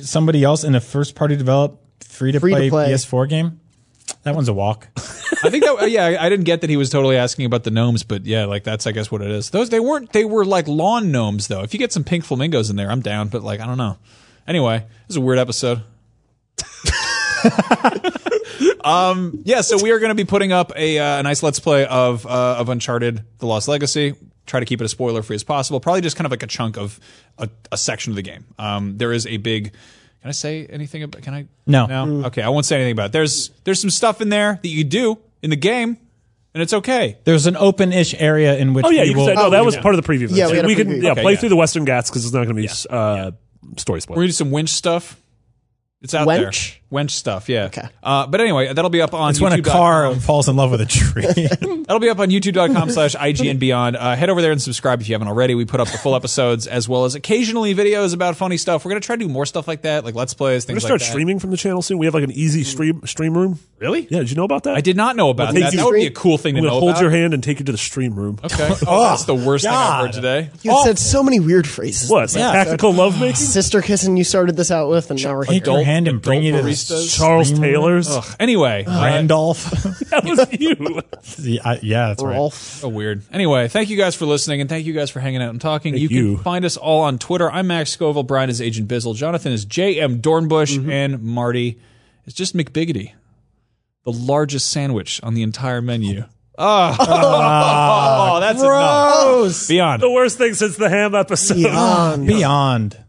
S3: somebody else in a first party developed free to play
S4: Free-to-play.
S3: PS4 game. That one's a walk.
S2: I think that yeah, I- I didn't get that he was totally asking about the gnomes, but yeah, like that's I guess what it is. Those they weren't they were like lawn gnomes though. If you get some pink flamingos in there, I'm down, but like I don't know. Anyway, this is a weird episode. um yeah, so we are going to be putting up a uh, a nice let's play of uh, of Uncharted: The Lost Legacy. Try to keep it as spoiler free as possible. Probably just kind of like a chunk of a, a section of the game. Um there is a big can I say anything about can I
S3: No.
S2: No. Okay, I won't say anything about it. There's there's some stuff in there that you do in the game, and it's okay.
S3: There's an open ish area in which
S5: Oh yeah,
S3: we
S5: you
S3: will,
S5: can say no. That was part of the preview.
S4: Yeah, we had a
S5: can
S4: preview.
S5: yeah
S2: Okay,
S5: play
S2: yeah.
S5: through the Western Ghats because it's not going to be uh, story
S2: We're
S5: spoilers.
S2: gonna do some winch stuff. It's out
S4: Wench?
S2: there. Wench stuff, yeah.
S4: Okay.
S2: Uh, but anyway, that'll be up on
S3: it's when a
S2: YouTube dot-
S3: car falls in love with
S5: (laughs)
S3: a tree.
S2: That'll be up on youtube.com (laughs) slash IG and beyond. Uh, head over there and subscribe if you haven't already. We put up the full episodes as well as occasionally videos about funny stuff. We're going to try to do more stuff like that, like Let's Plays,
S5: We're
S2: things
S5: gonna start
S2: like that.
S5: streaming from the channel soon. We have like an easy stream stream room.
S2: Really?
S5: Yeah. Did you know about that?
S2: I did not know about
S5: We'll take
S2: that. That
S5: you-
S2: would be a cool thing
S5: I'm
S2: to
S5: gonna
S2: know
S5: hold
S2: about.
S5: your hand and take you to the stream room.
S2: Okay.
S5: (laughs)
S2: Oh, that's the worst thing I've heard
S3: God.
S2: today.
S4: you said so many weird phrases.
S5: Oh. What? It's like
S3: Yeah.
S5: Tactical lovemaking.
S2: (laughs)
S4: Sister kissing you started this out with, and now we're here.
S3: Take your hand and bring you to the
S2: barista Baristas.
S5: Charles Taylor's.
S2: Ugh. Anyway, uh,
S3: Oh,
S5: (laughs)
S3: Randolph.
S5: That was you.
S3: The- I- (laughs) yeah, that's right.
S4: Rolf.
S2: Oh, weird. Anyway, thank you guys for listening and thank you guys for hanging out and talking. You,
S5: you.
S2: can find us all on Twitter. I'm Max Scoville. Brian is Agent Bizzle. Jonathan is J.M. Dornbush. And Marty is just McBiggity, the largest sandwich on the entire menu. Oh, that's enough. Beyond.
S5: the worst thing since the ham episode.
S4: Yeah.
S3: Beyond.